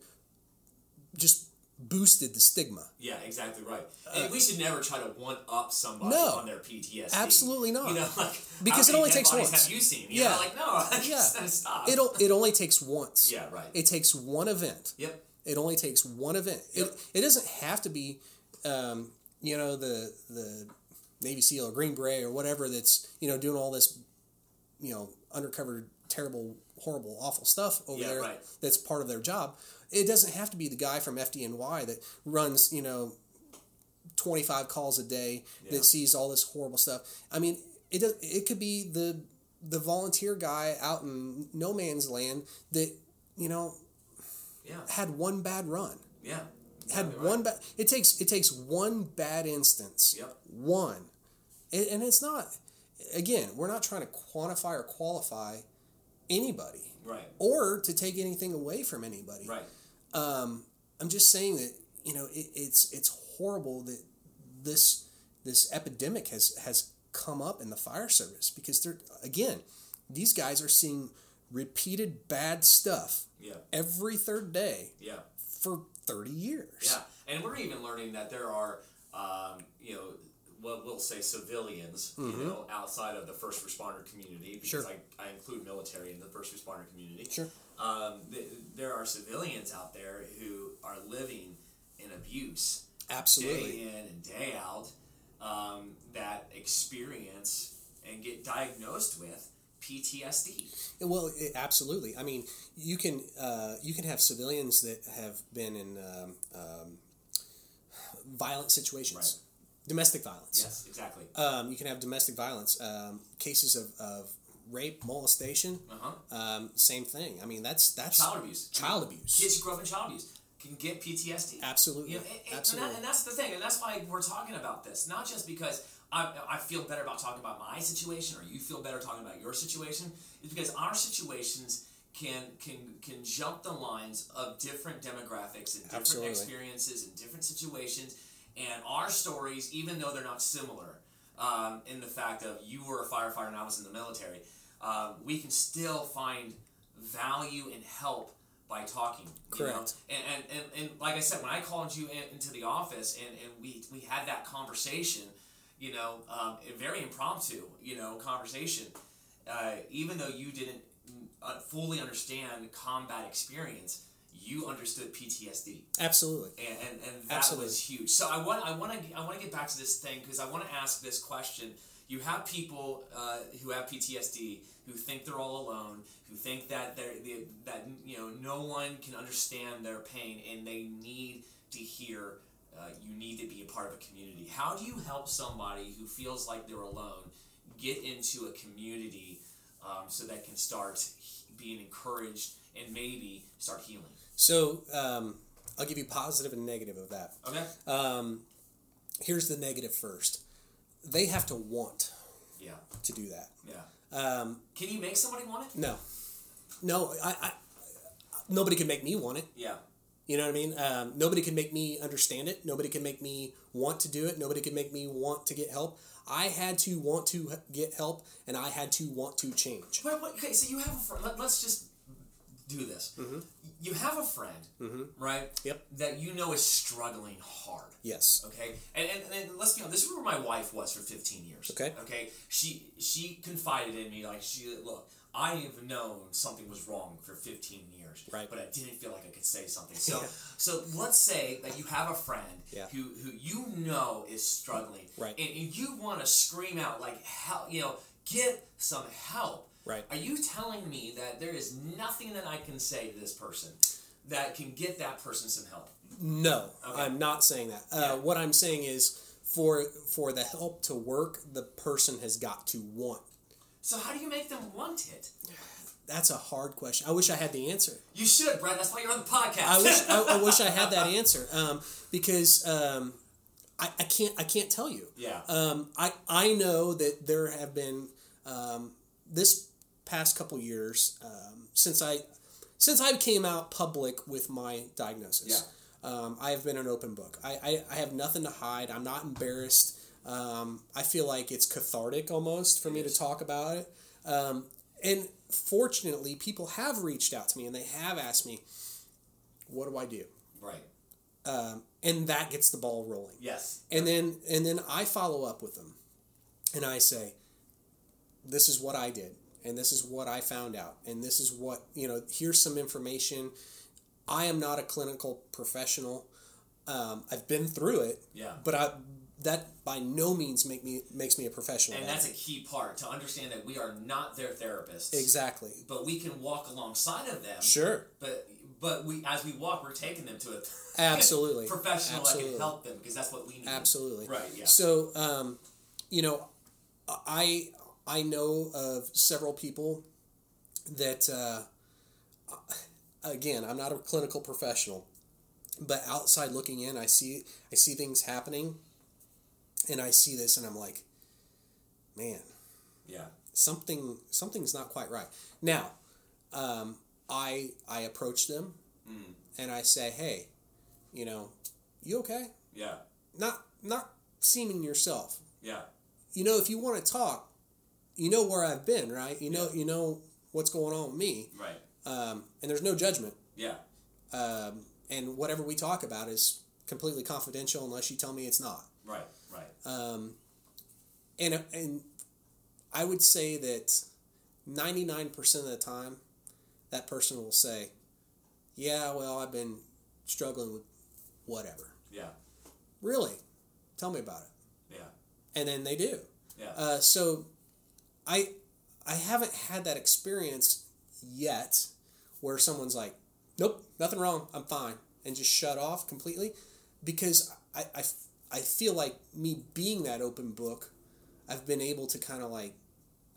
just boosted the stigma. Yeah, exactly right. and we should never try to one up somebody Uh, No. on their PTSD. Absolutely not. You know, like Because how it many only dead takes bodies once. Have you seen? You Yeah. know, like no, Yeah. stop. It'll it only takes once. Yeah, right. It takes one event. yep. It only takes one event. Yep. It, it doesn't have to be, um, you know, the the Navy SEAL or Green Beret or whatever that's you know doing all this, you know, undercover terrible, horrible, awful stuff over Yeah, there. right. That's part of their job. It doesn't have to be the guy from FDNY that runs you know, twenty five calls a day Yeah. that sees all this horrible stuff. I mean, it does, it could be the the volunteer guy out in no man's land that you know Yeah. had one bad run Yeah. had Exactly one right. bad. It takes it takes one bad instance. Yep. One, and, and it's not. Again, we're not trying to quantify or qualify anybody, Right. or to take anything away from anybody. Right. I'm just saying that you know it, it's it's horrible that this this epidemic has has come up in the fire service because they're again these guys are seeing repeated bad stuff Yeah. every third day Yeah. for 30 years. Yeah, and we're even learning that there are, um, you know, what we'll say civilians, you know, outside of the first responder community, because Mm-hmm. Sure. I, I include military in the first responder community. Sure. Um, th- there are civilians out there who are living in abuse Absolutely. day in and day out um, that experience and get diagnosed with PTSD. Well, it, absolutely. I mean, you can uh, you can have civilians that have been in um, um, violent situations, domestic violence. Yes, exactly. Um, you can have domestic violence um, cases of, of rape, molestation. Uh-huh. Um, same thing. I mean, that's that's Child abuse. Child abuse. Kids who grow up in child abuse can get PTSD. Absolutely. You know, and- and, absolutely. And, that, and that's the thing, and that's why we're talking about this. Not just because I, I feel better about talking about my situation, or you feel better talking about your situation. It's because our situations can can can jump the lines of different demographics and different Absolutely. experiences and different situations, and our stories, even though they're not similar, um, in the fact of you were a firefighter and I was in the military, um, we can still find value and help by talking. you know? Correct. and, and, and, and like I said, when I called you in, into the office and, and we, we had that conversation, you know, um, a very impromptu, you know, conversation, uh, even though you didn't mm, uh, fully understand combat experience, you understood PTSD absolutely. and and, and that Absolutely. was huge. So I want I want to I want to get back to this thing because I want to ask this question. You have people uh, who have PTSD who think they're all alone, who think that they're, they that you know no one can understand their pain, and they need to hear. Uh, you need to be a part of a community. How do you help somebody who feels like they're alone get into a community um, so that can start he- being encouraged and maybe start healing? So um, I'll give you positive and negative of that. Okay. Um, here's the negative first. They have to want Yeah. to do that. Yeah. Um, Can you make somebody want it? no, no, I, I, nobody can make me want it. Yeah. You know what I mean? Um, nobody can make me understand it. Nobody can make me want to do it. Nobody can make me want to get help. I had to want to h- get help, and I had to want to change. But, but, okay, so you have a friend. Let, let's just do this. You have a friend, right? Mm-hmm. Yep. That you know is struggling hard. Yes. Okay, and, and, and let's be honest. This is where my wife was for fifteen years. Okay. Okay. She she confided in me like she look. I have known something was wrong for fifteen years. Right. But I didn't feel like I could say something. So so let's say that you have a friend Yeah. who who you know is struggling. Right. And, and you want to scream out like help. You know, get some help. Right. Are you telling me that there is nothing that I can say to this person that can get that person some help? No, I'm not saying that. Uh, What I'm saying is for for the help to work, the person has got to want. So how do you make them want it? That's a hard question. I wish I had the answer. You should, Brad. That's why you're on the podcast. I wish I, I wish I had that answer um, because um, I, I can't I can't tell you. yeah. Um, I I know that there have been um, this past couple years um, since I since I came out public with my diagnosis. Um, I have been an open book. I, I, I have nothing to hide. I'm not embarrassed. Um, I feel like it's cathartic almost for me to talk about it. Um, and fortunately, people have reached out to me and they have asked me, "What do I do?" right. And that gets the ball rolling Yes. and then and then I follow up with them, and I say, "This is what I did, and this is what I found out, and this is what you know. Here's some information. I am not a clinical professional. Um, I've been through it, Yeah. but I that by no means make me makes me a professional. And at that's it. a key part to understand that we are not their therapists, exactly but we can walk alongside of them. sure, But but we as we walk, we're taking them to a absolutely professional that Absolutely. can help them because that's what we need. Absolutely. Right, yeah. So, um, you know, I I know of several people that, uh, again, I'm not a clinical professional, but outside looking in, I see I see things happening, and I see this, and I'm like, man, Yeah. something something's not quite right. Now, um, I I approach them, Mm. and I say, hey, you know, you okay? Yeah. Not not seeming yourself. Yeah. You know, if you want to talk, you know where I've been, right? You know, Yeah. you know what's going on with me, Right. um, and there's no judgment. Yeah. um, and whatever we talk about is completely confidential unless you tell me it's not. Right. Right. And and I would say that ninety nine percent of the time, that person will say, "Yeah, well, I've been struggling with whatever." yeah. Really, tell me about it. Yeah. And then they do. Yeah. Uh, so, I I haven't had that experience yet where someone's like, "Nope, nothing wrong. I'm fine," and just shut off completely, because I I, f- I feel like me being that open book, I've been able to kind of like,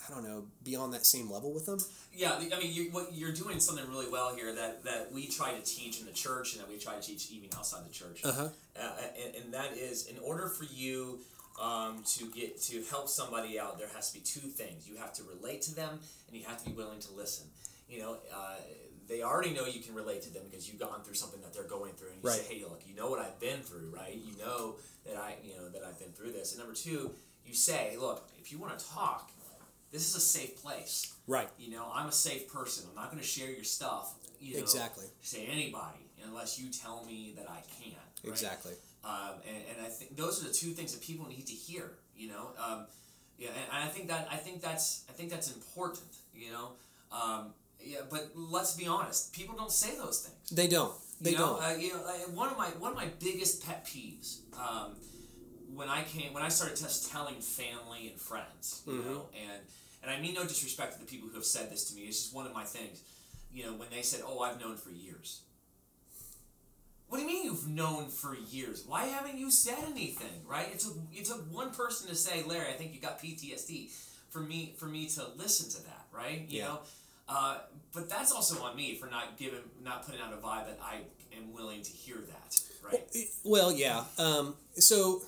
I don't know, be on that same level with them. Yeah, the- I mean, you, what, you're doing something really well here that, that we try to teach in the church and that we try to teach even outside the church. Uh-huh. Uh, and, and that is, in order for you um, to get to help somebody out, there has to be two things. You have to relate to them, and you have to be willing to listen. You know, uh, they already know you can relate to them because you've gone through something that they're going through, and you Right. say, "Hey, look, you know what I've been through, right? You know that I, you know that I've been through this." And number two, you say, "Look, if you want to talk, this is a safe place." Right. you know i'm a safe person i'm not going to share your stuff you know, Exactly. to anybody unless you tell me that i can right? Exactly. um, and, and i think those are the two things that people need to hear you know um, yeah and, and i think that i think that's i think that's important you know um, yeah but let's be honest people don't say those things They don't. They you know, don't. Uh, you know, uh, one of my one of my biggest pet peeves um, when I came when I started just telling family and friends, you Mm-hmm. know, and and I mean no disrespect to the people who have said this to me. It's just one of my things. You know, when they said, "Oh, I've known for years." What do you mean you've known for years? Why haven't you said anything? Right? It took it took one person to say, "Larry, I think you got PTSD," for me for me to listen to that. Right? You Yeah. know. Uh, but that's also on me for not giving, not putting out a vibe that I am willing to hear that, right? Well, yeah. Um, so,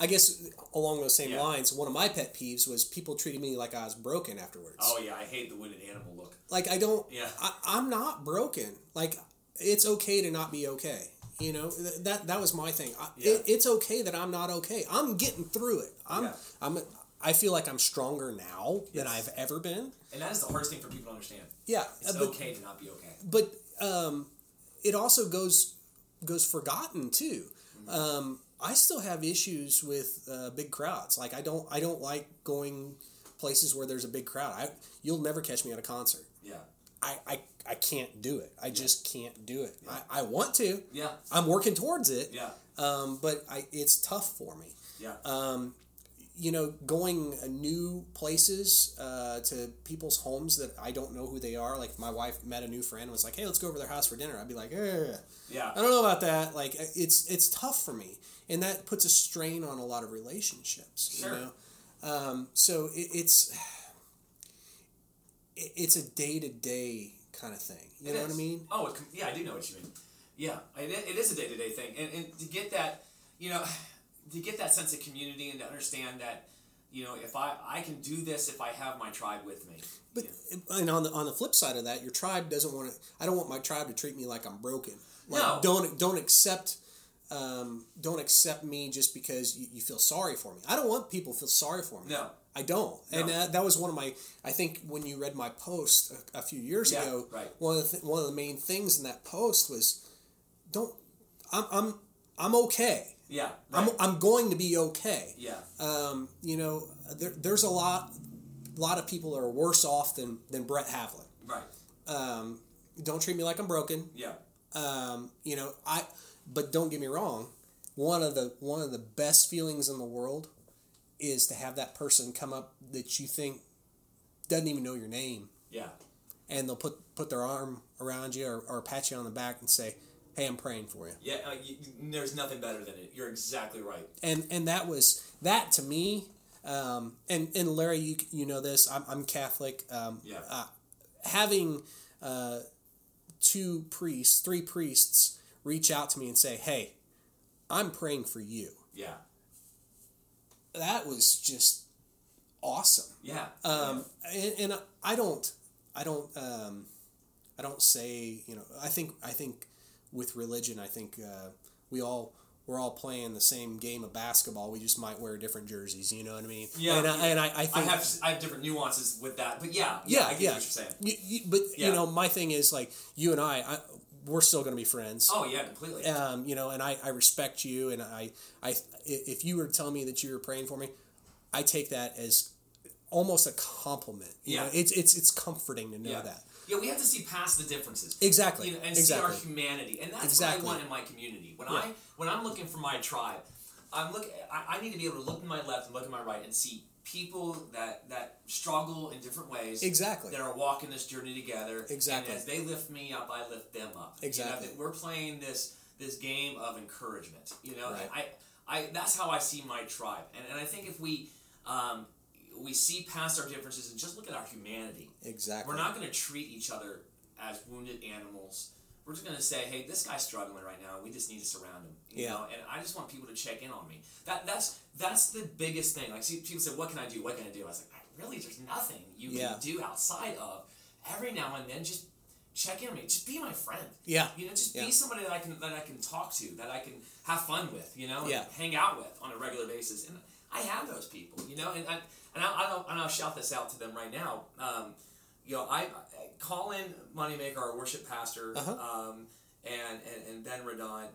I guess along those same Yeah. lines, one of my pet peeves was people treating me like I was broken afterwards. Oh yeah, I hate the wounded animal look. Like I don't. Yeah. I, I'm not broken. Like it's okay to not be okay. You know Th- that that was my thing. I, Yeah. it, it's okay that I'm not okay. I'm getting through it. I'm Yeah. I'm I feel like I'm stronger now than Yes. I've ever been. And that is the hardest thing for people to understand. Yeah. It's uh, but okay to not be okay. but um, it also goes goes forgotten too. Mm-hmm. Um, I still have issues with uh, big crowds. Like I don't I don't like going places where there's a big crowd. I you'll never catch me at a concert. Yeah. I I, I can't do it. I just can't do it. I, I want to. Yeah. I'm working towards it. Yeah. Um, but I it's tough for me Yeah. you know, going uh, new places uh, to people's homes that I don't know who they are. Like, if my wife met a new friend and was like, "Hey, let's go over to their house for dinner." I'd be like, "Eh, yeah. I don't know about that." Like, uh, it's it's tough for me, and that puts a strain on a lot of relationships. Sure. You know, um, so it, it's it, it's a day to day kind of thing. You It know what is. I mean? Oh, it, com- yeah, I do know what you mean. Yeah, it, i- it is a day to day thing, and, and to get that, you know, to get that sense of community and to understand that, you know, if I I can do this if I have my tribe with me. But and on the on the flip side of that, your tribe doesn't want to. I don't want my tribe to treat me like I'm broken. Like, No. Don't don't accept. Um, don't accept me just because you, you feel sorry for me. I don't want people to feel sorry for me. No. I don't. And No. that, that was one of my. I think when you read my post a, a few years Yeah, ago, right. one of the th- one of the main things in that post was, don't. I'm I'm I'm okay. Yeah. Right. I'm I'm going to be okay yeah. um, you know, there, there's a lot, lot of people that are worse off than than Brett Havlin. Right. Um, don't treat me like I'm broken. Yeah. Um, you know, I, but don't get me wrong. One of the one of the best feelings in the world is to have that person come up that you think doesn't even know your name, Yeah. and they'll put put their arm around you or, or pat you on the back and say, "Hey, I'm praying for you." Yeah. Uh, y y- there's nothing better than it. You're exactly right. and and that was that to me um, and and larry you you know this i'm, I'm catholic um, uh, Yeah. having uh, two priests three priests reach out to me and say, "Hey, I'm praying for you." Yeah. That was just awesome. Yeah. Um, and, and I don't, I don't, um, I don't say you know. I think I think with religion, I think uh, we all we're all playing the same game of basketball. We just might wear different jerseys. You know what I mean? Yeah. And I, and I, I I think have I have different nuances with that, but yeah, yeah, yeah, I get yeah. what you're saying. You- you- but Yeah. you know, my thing is like you and I, I we're still going to be friends. Oh yeah, completely. Um, you know, and I, I respect you, and I, I, i- if you were telling me that you were praying for me, I take that as almost a compliment. You Yeah. know, it's it's it's comforting to know yeah. that. Yeah, we have to see past the differences. Exactly. You know, and exactly. see our humanity, and that's Exactly. what I want in my community. When I Yeah. when I'm looking for my tribe, I'm look. I, I need to be able to look to my left and look to my right and see people that that struggle in different ways. Exactly. That are walking this journey together. Exactly. And as they lift me up, I lift them up. You know, Exactly. that we're playing this this game of encouragement. You know, Right. I I that's how I see my tribe, and and I think if we. Um, we see past our differences and just look at our humanity. exactly. We're not going to treat each other as wounded animals. We're just going to say, hey, this guy's struggling right now. We just need to surround him. You Yeah. know, and I just want people to check in on me. That that's that's the biggest thing. Like see, people say, what can I do? What can I do? I was like, I, really, there's nothing you Yeah. can do outside of every now and then just check in on me. Just be my friend. Yeah. You know, just Yeah. be somebody that I can that I can talk to, that I can have fun with. You know, and Yeah. hang out with on a regular basis. And I have those people. You know, and I and I, I don't, and I'll shout this out to them right now. Um, you know, I, I Colin Moneymaker, our worship pastor, um, and, and, and Ben Radon,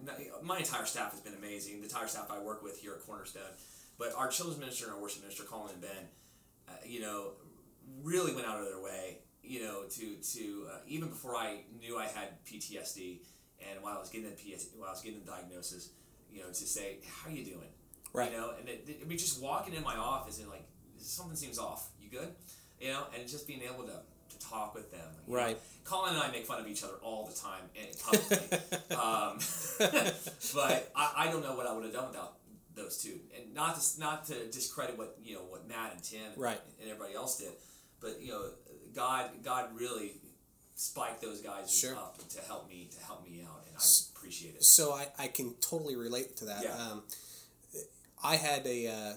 my entire staff has been amazing. The entire staff I work with here at Cornerstone, but our children's minister and our worship minister, Colin and Ben, uh, you know, really went out of their way, you know, to to uh, even before I knew I had PTSD, and while I was getting the PS, while I was getting the diagnosis, you know, to say, how you doing? Right. You know, and it, it, I mean, just walking in my office and like something seems off. You good? You know, and just being able to, to talk with them. you know. Right. Colin and I make fun of each other all the time and publicly, um, but I, I don't know what I would have done without those two. And not to not to discredit what you know what Matt and Tim Right. and everybody else did, but you know God God really spiked those guys Sure. up to help me to help me out, and I appreciate it. so I, I can totally relate to that. Yeah. Um, I had a, uh,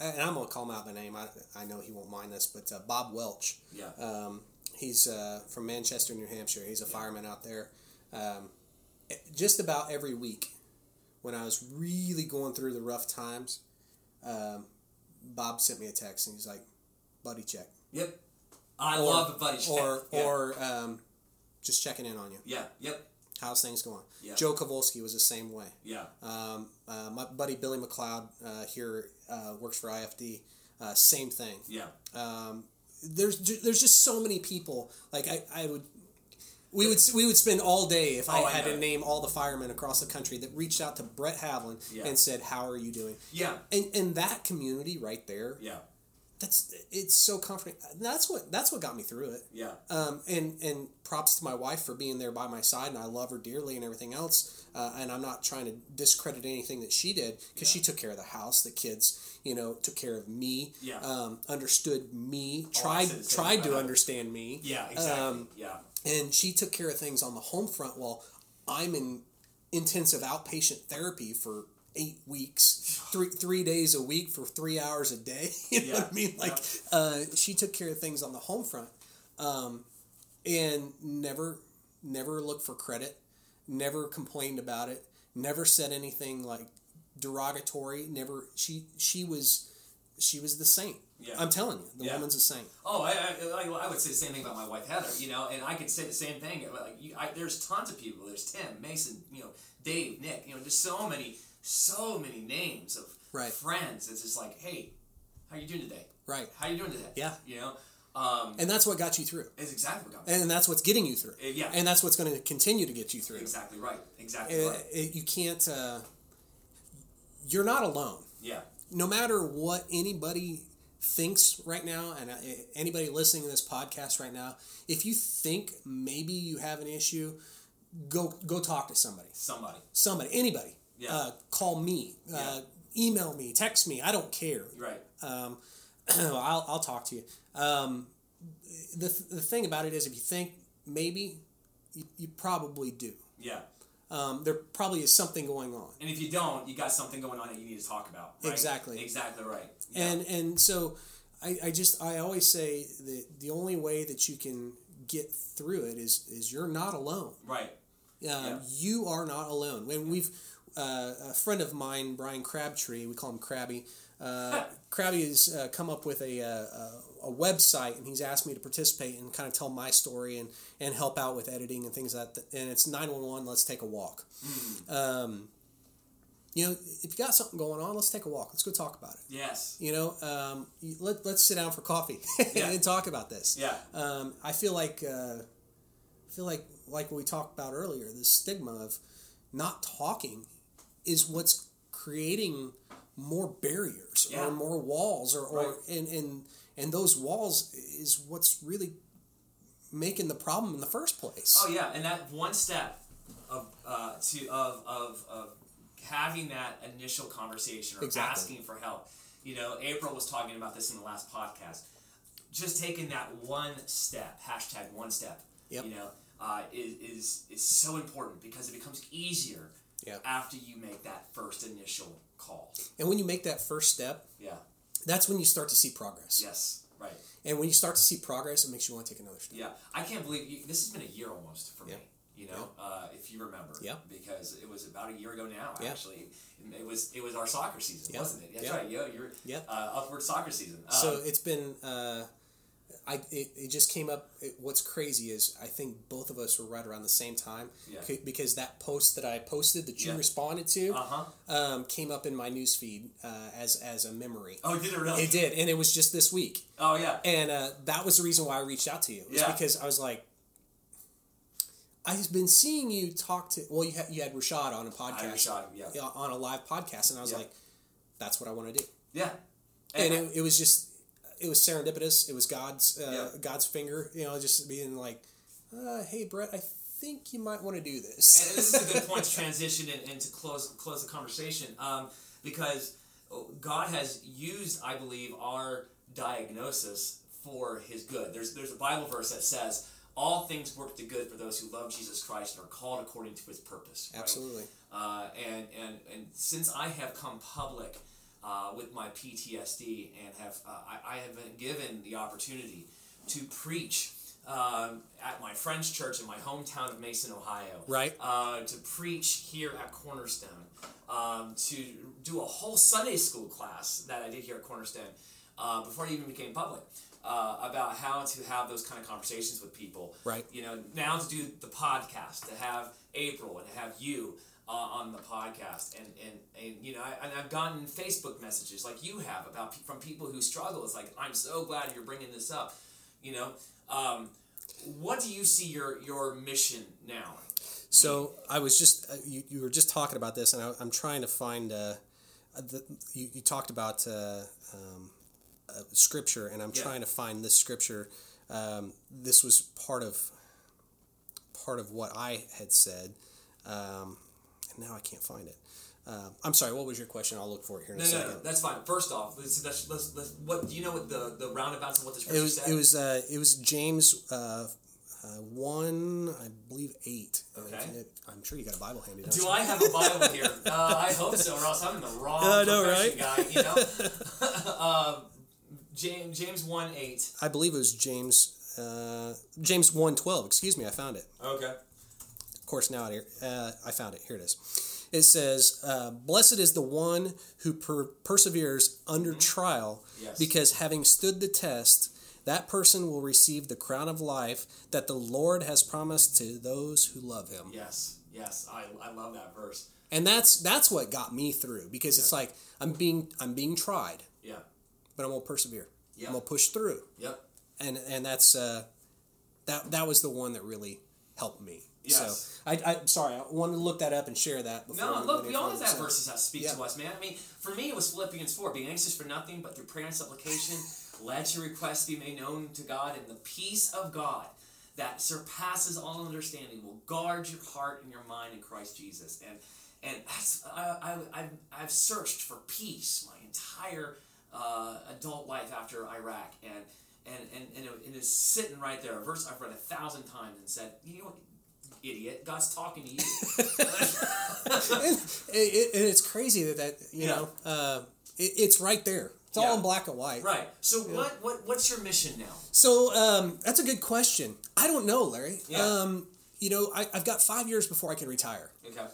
and I'm gonna call him out by name. I, I know he won't mind this, but uh, Bob Welch. Yeah. Um, he's uh, from Manchester, New Hampshire. He's a fireman out there. Um, e- just about every week, when I was really going through the rough times, um, Bob sent me a text and he's like, "Buddy check," Yep. I or love a buddy check. or yeah. or um, just checking in on you. yeah, yep, How's things going? Yeah. Joe Kovolsky was the same way. yeah, Um, uh, my buddy Billy McLeod uh, here uh, works for IFD. Uh, same thing. yeah. There's ju- there's just so many people. Like I, I would, we would we would spend all day if I Oh, I had know. to name all the firemen across the country that reached out to Brett Havlin Yeah. and said, "How are you doing?" Yeah, And and that community right there, yeah, that's it's so comforting. That's what that's what got me through it. yeah, Um, and and props to my wife for being there by my side, and I love her dearly and everything else. Uh, and I'm not trying to discredit anything that she did because she took care of the house, the kids, you know, took care of me, Yeah. Oh, um, understood me, I tried said the same tried about to her. understand me, yeah, exactly. Um, yeah, and she took care of things on the home front while I'm in intensive outpatient therapy for eight weeks, three three days a week for three hours a day. You know what Yeah, I mean? Like uh, she took care of things on the home front, um, and never never looked for credit, never complained about it, never said anything like derogatory. Never she she was she was the saint. Yeah. I'm telling you, the Yeah. woman's a saint. Oh, I, I, I- I would say the same thing about my wife Heather, you know, and I could say the same thing. Like, you, I, there's tons of people. There's Tim, Mason, you know, Dave, Nick. You know, there's so many, so many names of Right. friends. It's just like, hey, how you doing today? Right. How you doing today? Yeah. You know, um, And that's what got you through. it's exactly what got me. and that's what's getting you through. Uh, yeah. And that's what's going to continue to get you through. Exactly right. Exactly Uh, right. it- you can't. Uh, you're not alone. Yeah. No matter what anybody thinks right now, and uh, anybody listening to this podcast right now, if you think maybe you have an issue, go go talk to somebody. Somebody. Somebody, anybody. Yeah. Uh, call me. Uh, Email me. Text me. I don't care. Right. I'll, I'll talk to you. Um, the, the thing about it is, if you think maybe, you, you probably do. Yeah. um, there probably is something going on. And if you don't, you got something going on that you need to talk about. right? Exactly. Exactly right. And and so I, I just I always say that the only way that you can get through it is is you're not alone. right. Um, You are not alone. When we've uh, a friend of mine, Brian Crabtree, we call him Crabby. Uh, Crabby has uh, come up with a, uh, a a website, and he's asked me to participate and kind of tell my story and, and help out with editing and things like that. And it's nine one one. Let's take a walk. Um, you know, if you got something going on, let's take a walk. Let's go talk about it. Yes. You know, um, you- let, let's sit down for coffee Yeah. and talk about this. Yeah. Um, I feel like uh, I feel like like we talked about earlier, the stigma of not talking is what's creating more barriers Yeah. or more walls or, or Right. and, and and those walls is what's really making the problem in the first place. Oh yeah, and that one step of uh, to of, of of having that initial conversation or Exactly. asking for help. You know, April was talking about this in the last podcast. Just taking that one step, hashtag one step. Yep. You know, uh, is is is so important because it becomes easier Yeah. after you make that first initial call. And when you make that first step, Yeah. that's when you start to see progress. Yes. Right. And when you start to see progress, it makes you want to take another step. Yeah, I can't believe you, this has been a year almost for Yeah. me. You know, uh, if you remember, Yeah. because it was about a year ago now. Yeah. Actually, it was it was our soccer season, Yeah. wasn't it? That's Yeah. right. Yo, you're Yeah. uh, upward soccer season. Uh, So it's been, uh, I it, it just came up. It, what's crazy is I think both of us were right around the same time. Yeah. c- Because that post that I posted that you Yeah. responded to uh-huh. um, came up in my newsfeed uh, as as a memory. Oh, did it really? It did, and it was just this week, Oh yeah. and uh, that was the reason why I reached out to you. It was Yeah. because I was like. I've been seeing you talk to well you had you had Rashad on a podcast I shot him. Yeah. yeah, on a live podcast and I was Yeah. like that's what I want to do Yeah. and it, it was just it was serendipitous it was god's uh, Yeah. god's finger you know just being like uh, hey brett i think you might want to do and this this is a good point to transition and, and to close close the conversation um, because oh, God has used, I believe, our diagnosis for His good. There's there's a Bible verse that says all things work to good for those who love Jesus Christ and are called according to His purpose. right? absolutely Uh, and, and, and since I have come public uh, with my PTSD and have uh, I, I have been given the opportunity to preach um, at my friend's church in my hometown of Mason, Ohio. Right. Uh, to preach here at Cornerstone. Um, to do a whole Sunday school class that I did here at Cornerstone uh, before I even became public. Uh, about how to have those kind of conversations with people Right. you know now to do the podcast to have april and to have you uh, on the podcast and and, and you know I, and i've gotten facebook messages like you have about pe- from people who struggle it's like i'm so glad you're bringing this up you know um, what do you see your your mission now so i was just uh, you, you were just talking about this and I, i'm trying to find uh, the, you, you talked about uh, um, uh, scripture and i'm Yeah. trying to find this scripture um, this was part of part of what i had said um, and now i can't find it um, i'm sorry what was your question i'll look for it here in no, a no, second no, that's fine. First off, let's, let's, let's, let's, what do you know what the, the roundabouts and what the scripture It was said? it was uh, it was James uh, uh, one I believe eight. I mean, Okay. I'm sure you got a Bible handy. Don't Do you? I have a Bible here? Uh, I hope so, or else I'm in the wrong I know, profession, guy. You know, uh, James James one eight. I believe it was James uh, James one twelve. Excuse me, I found it. Okay. Of course, now it, uh, I found it. Here it is. It says, uh, "Blessed is the one who per- perseveres under trial, Mm-hmm. Yes. because having stood the test." That person will receive the crown of life that the Lord has promised to those who love him. Yes, yes, I, I love that verse. and that's that's what got me through because it's like I'm being I'm being tried, Yeah. but I'm gonna persevere. Yeah. I'm gonna push through, Yep. and and that's uh, that that was the one that really helped me. Yes. So I I sorry I wanted to look that up and share that. Before No, we look went beyond into that it. verses that speak to Yeah. us, man. I mean, for me, it was Philippians four: being anxious for nothing, but through prayer and supplication, let your requests be made known to God, and the peace of God that surpasses all understanding will guard your heart and your mind in Christ Jesus. And and that's, I, I I've, I've searched for peace my entire uh, adult life after Iraq, and and and and it, and it's sitting right there. A verse I've read a thousand times and said, you know, what? idiot. God's talking to And you. it, it, and it's crazy that that you Yeah. know uh, it, it's right there. It's all Yeah. in black and white. right. So what, what what's your mission now? So um, that's a good question. I don't know, Larry. Yeah. Um, you know, I, I've got five years before I can retire Okay.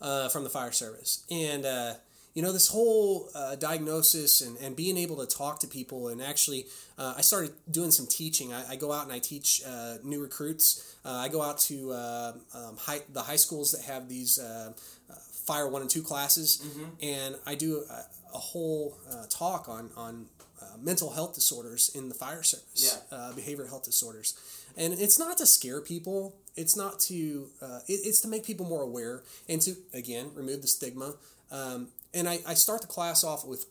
uh, from the fire service. And, uh, you know, this whole uh, diagnosis and, and being able to talk to people, and actually, uh, I started doing some teaching. I, I go out and I teach uh, new recruits. Uh, I go out to uh, um, high, the high schools that have these uh, uh, fire one and two classes, and I do a, a whole uh, talk on, on uh, mental health disorders in the fire service, Yeah. uh, behavioral health disorders. And it's not to scare people. It's not to. Uh, it, it's to make people more aware and to again remove the stigma. Um, and I, I start the class off with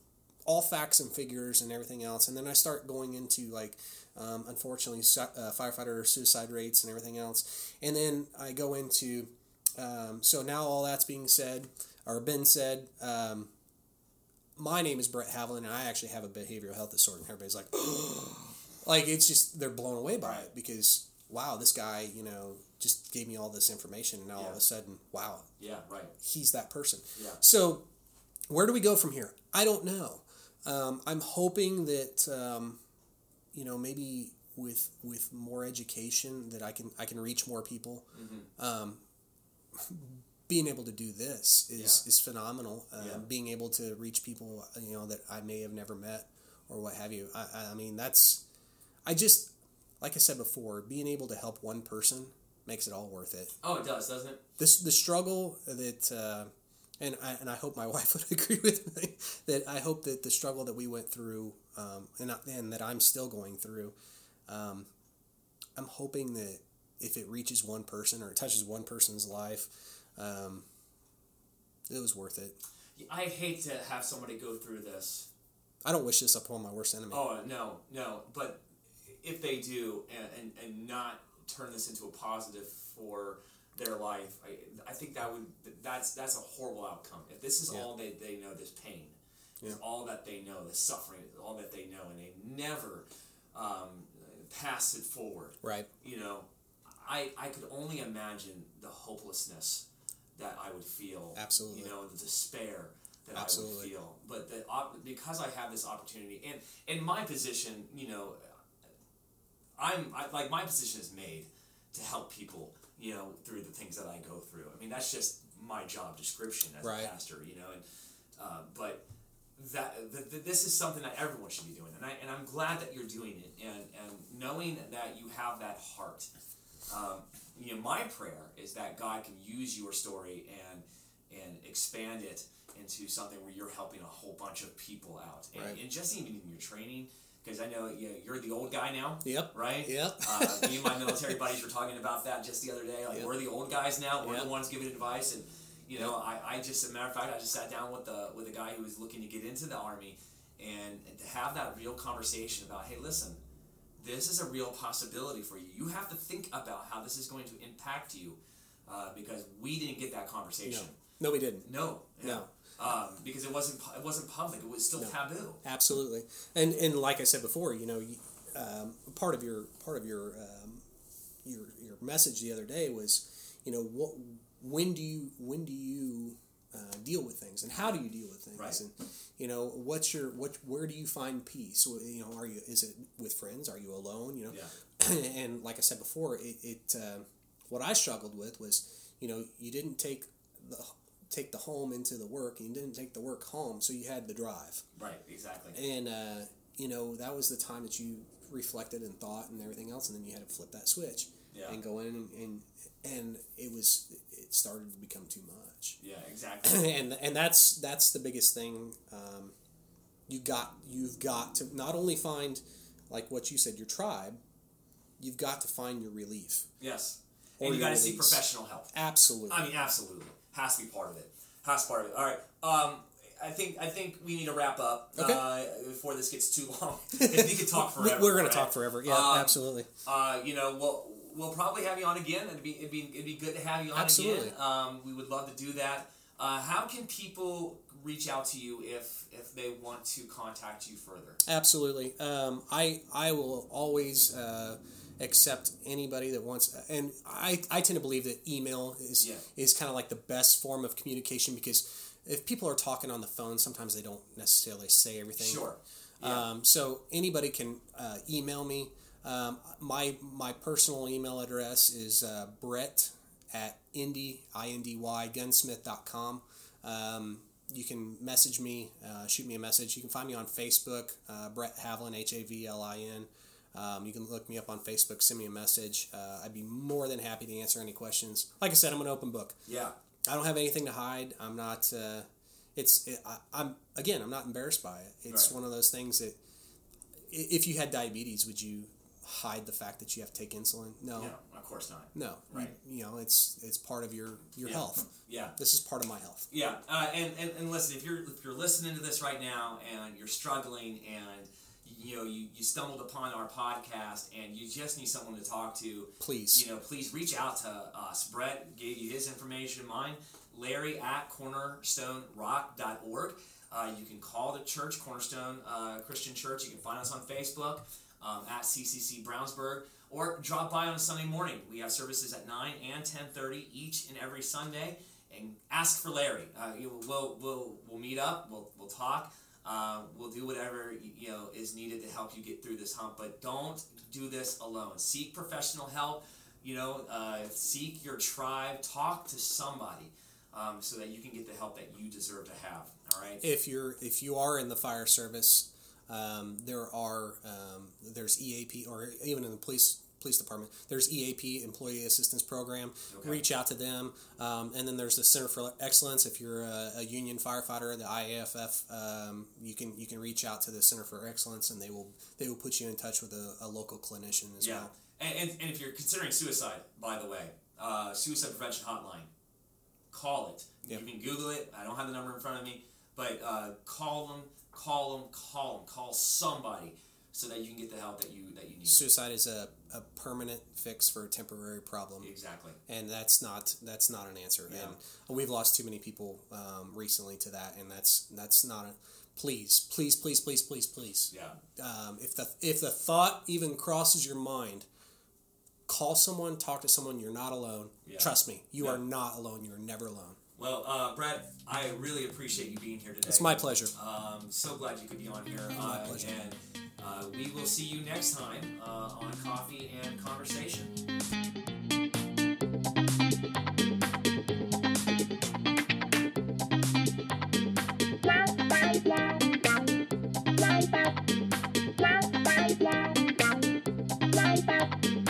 all facts and figures and everything else, and then I start going into like, um, unfortunately, su- uh, firefighter suicide rates and everything else, and then I go into. Um, so now all that's being said or been said. Um, my name is Brett Havlin, and I actually have a behavioral health disorder. And everybody's like, like it's just they're blown away by it because wow, this guy, you know, just gave me all this information, and now all of Yeah. a sudden, wow, Yeah. Right. he's that person. Yeah. So, where do we go from here? I don't know. Um, I'm hoping that um, you know maybe with with more education that I can I can reach more people. Mm-hmm. Um, being able to do this is Yeah. is phenomenal. Um, Yeah. Being able to reach people you know that I may have never met or what have you. I, I mean that's I just like I said before, being able to help one person makes it all worth it Oh, it does, doesn't it? this the struggle that uh, and I, and I hope my wife would agree with me that I hope that the struggle that we went through um, and I- and that I'm still going through um, I'm hoping that if it reaches one person or it touches one person's life um, it was worth it I hate to have somebody go through this. I don't wish this upon my worst enemy Oh no, no. But if they do, and and, and not turn this into a positive for their life, I, I think that would that's that's a horrible outcome. If this is Yeah. all they, they know, this pain, Yeah. is all that they know, this suffering, is all that they know, and they never um, pass it forward. right You know, I I could only imagine the hopelessness that I would feel. Absolutely. You know, the despair that Absolutely. I would feel. But the op- because I have this opportunity and in my position, you know, I'm I, like my position is made to help people, you know, through the things that I go through. I mean, that's just my job description as Right. a pastor, you know, and uh, but that th- th- this is something that everyone should be doing, and I and I'm glad that you're doing it, and and knowing that you have that heart. Um, you know, my prayer is that God can use your story and and expand it into something where you're helping a whole bunch of people out, and, Right. and just even in your training, because I know you know, you're the old guy now, yep right? yep uh, me and my military buddies were talking about that just the other day. Like Yeah. we're the old guys now. We're Yeah. the ones giving advice, and you know, I, I just as a matter of fact, I just sat down with the with a guy who was looking to get into the army, and, and to have that real conversation about, hey, listen, this is a real possibility for you. You have to think about how this is going to impact you, uh, because we didn't get that no conversation. no we didn't No. No. Um, because it wasn't pu- it wasn't public. It was still taboo. absolutely and and like i said before you know you, um, part of your part of your um, your your message the other day was you know what when do you when do you uh, deal with things and how do you deal with things Right. and you know what's your what where do you find peace Wh- you know are you is it with friends are you alone you know Yeah. and like I said before, it, it um what I struggled with was you know you didn't take the take the home into the work, and you didn't take the work home, so you had the drive, Right. Exactly. and uh, you know that was the time that you reflected and thought and everything else, and then you had to flip that switch Yeah. and go in and, and and it was it started to become too much, Yeah. Exactly. and and that's that's the biggest thing. Um, you got you've got to not only find like what you said your tribe, you've got to find your relief. Yes. Or And you got to see release. professional help. Absolutely. I mean, absolutely. Has to be part of it. Has to be part of it. All right. Um, I think I think we need to wrap up Okay. uh, before this gets too long. 'Cause we could talk We- forever. We're going right? to talk forever. Yeah, Um, absolutely. Uh, you know, we'll we'll probably have you on again. It'd be it'd be, it'd be good to have you on Absolutely. again. Um, we would love to do that. Uh, how can people reach out to you if if they want to contact you further? Absolutely. Um, I I will always uh, accept anybody that wants. And I, I tend to believe that email is Yeah. is kind of like the best form of communication because if people are talking on the phone, sometimes they don't necessarily say everything. Sure. Um, so anybody can uh, email me. Um, my my personal email address is uh, Brett at indy indy gunsmith.com. Um, you can message me, uh, shoot me a message. You can find me on Facebook, uh, Brett Havlin, H A V L I N. Um, you can look me up on Facebook, send me a message. Uh, I'd be more than happy to answer any questions. Like I said, I'm an open book. Yeah. I don't have anything to hide. I'm not. Uh, it's. It, I, I'm again. I'm not embarrassed by it. It's Right. one of those things that, i- if you had diabetes, would you hide the fact that you have to take insulin? No. No, of course not. No. Right. You, you know, it's it's part of your your Yeah. health. Yeah. This is part of my health. Yeah, uh, and, and, and listen, if you're if you're listening to this right now and you're struggling and you know you, you stumbled upon our podcast and you just need someone to talk to, Please. you know, please reach out to us. Brett gave you his information, mine, Larry at cornerstonerock.org. Uh, you can call the church, Cornerstone uh, Christian Church. You can find us on Facebook um, at CCC Brownsburg or drop by on a Sunday morning. We have services at 9 and 10.30 each and every Sunday. And ask for Larry. Uh, you know, we'll, we'll, we'll meet up. We'll, we'll talk. Uh, we'll do whatever y- you know is needed to help you get through this hump, but don't do this alone. Seek professional help. You know, uh, seek your tribe. Talk to somebody um, so that you can get the help that you deserve to have. All right. if you're if you are in the fire service, um, there are um, there's EAP or even in the police police department there's EAP Employee Assistance Program. Okay. Reach out to them, um, and then there's the Center for Excellence. If you're a, a union firefighter, the IAFF, um, you can you can reach out to the Center for Excellence, and they will they will put you in touch with a, a local clinician as yeah. well. And, and, and if you're considering suicide, by the way, uh, suicide prevention hotline, call it. Yeah. You can Google it. I don't have the number in front of me, but uh, call them, call them, call them, call somebody so that you can get the help that you that you need. Suicide is a, a permanent fix for a temporary problem. exactly. and that's not that's not an answer. Yeah. And we've lost too many people um, recently to that, and that's that's not. A, please, please, please, please, please, please. Yeah. Um, if the if the thought even crosses your mind, call someone, talk to someone. You're not alone. Yeah. Trust me, you Yeah. are not alone. You're never alone. Well, uh, Brett, I really appreciate you being here today. It's my pleasure. Um, so glad you could be on here. My uh, pleasure. And uh, we will see you next time uh, on Coffee and Conversation. Bye.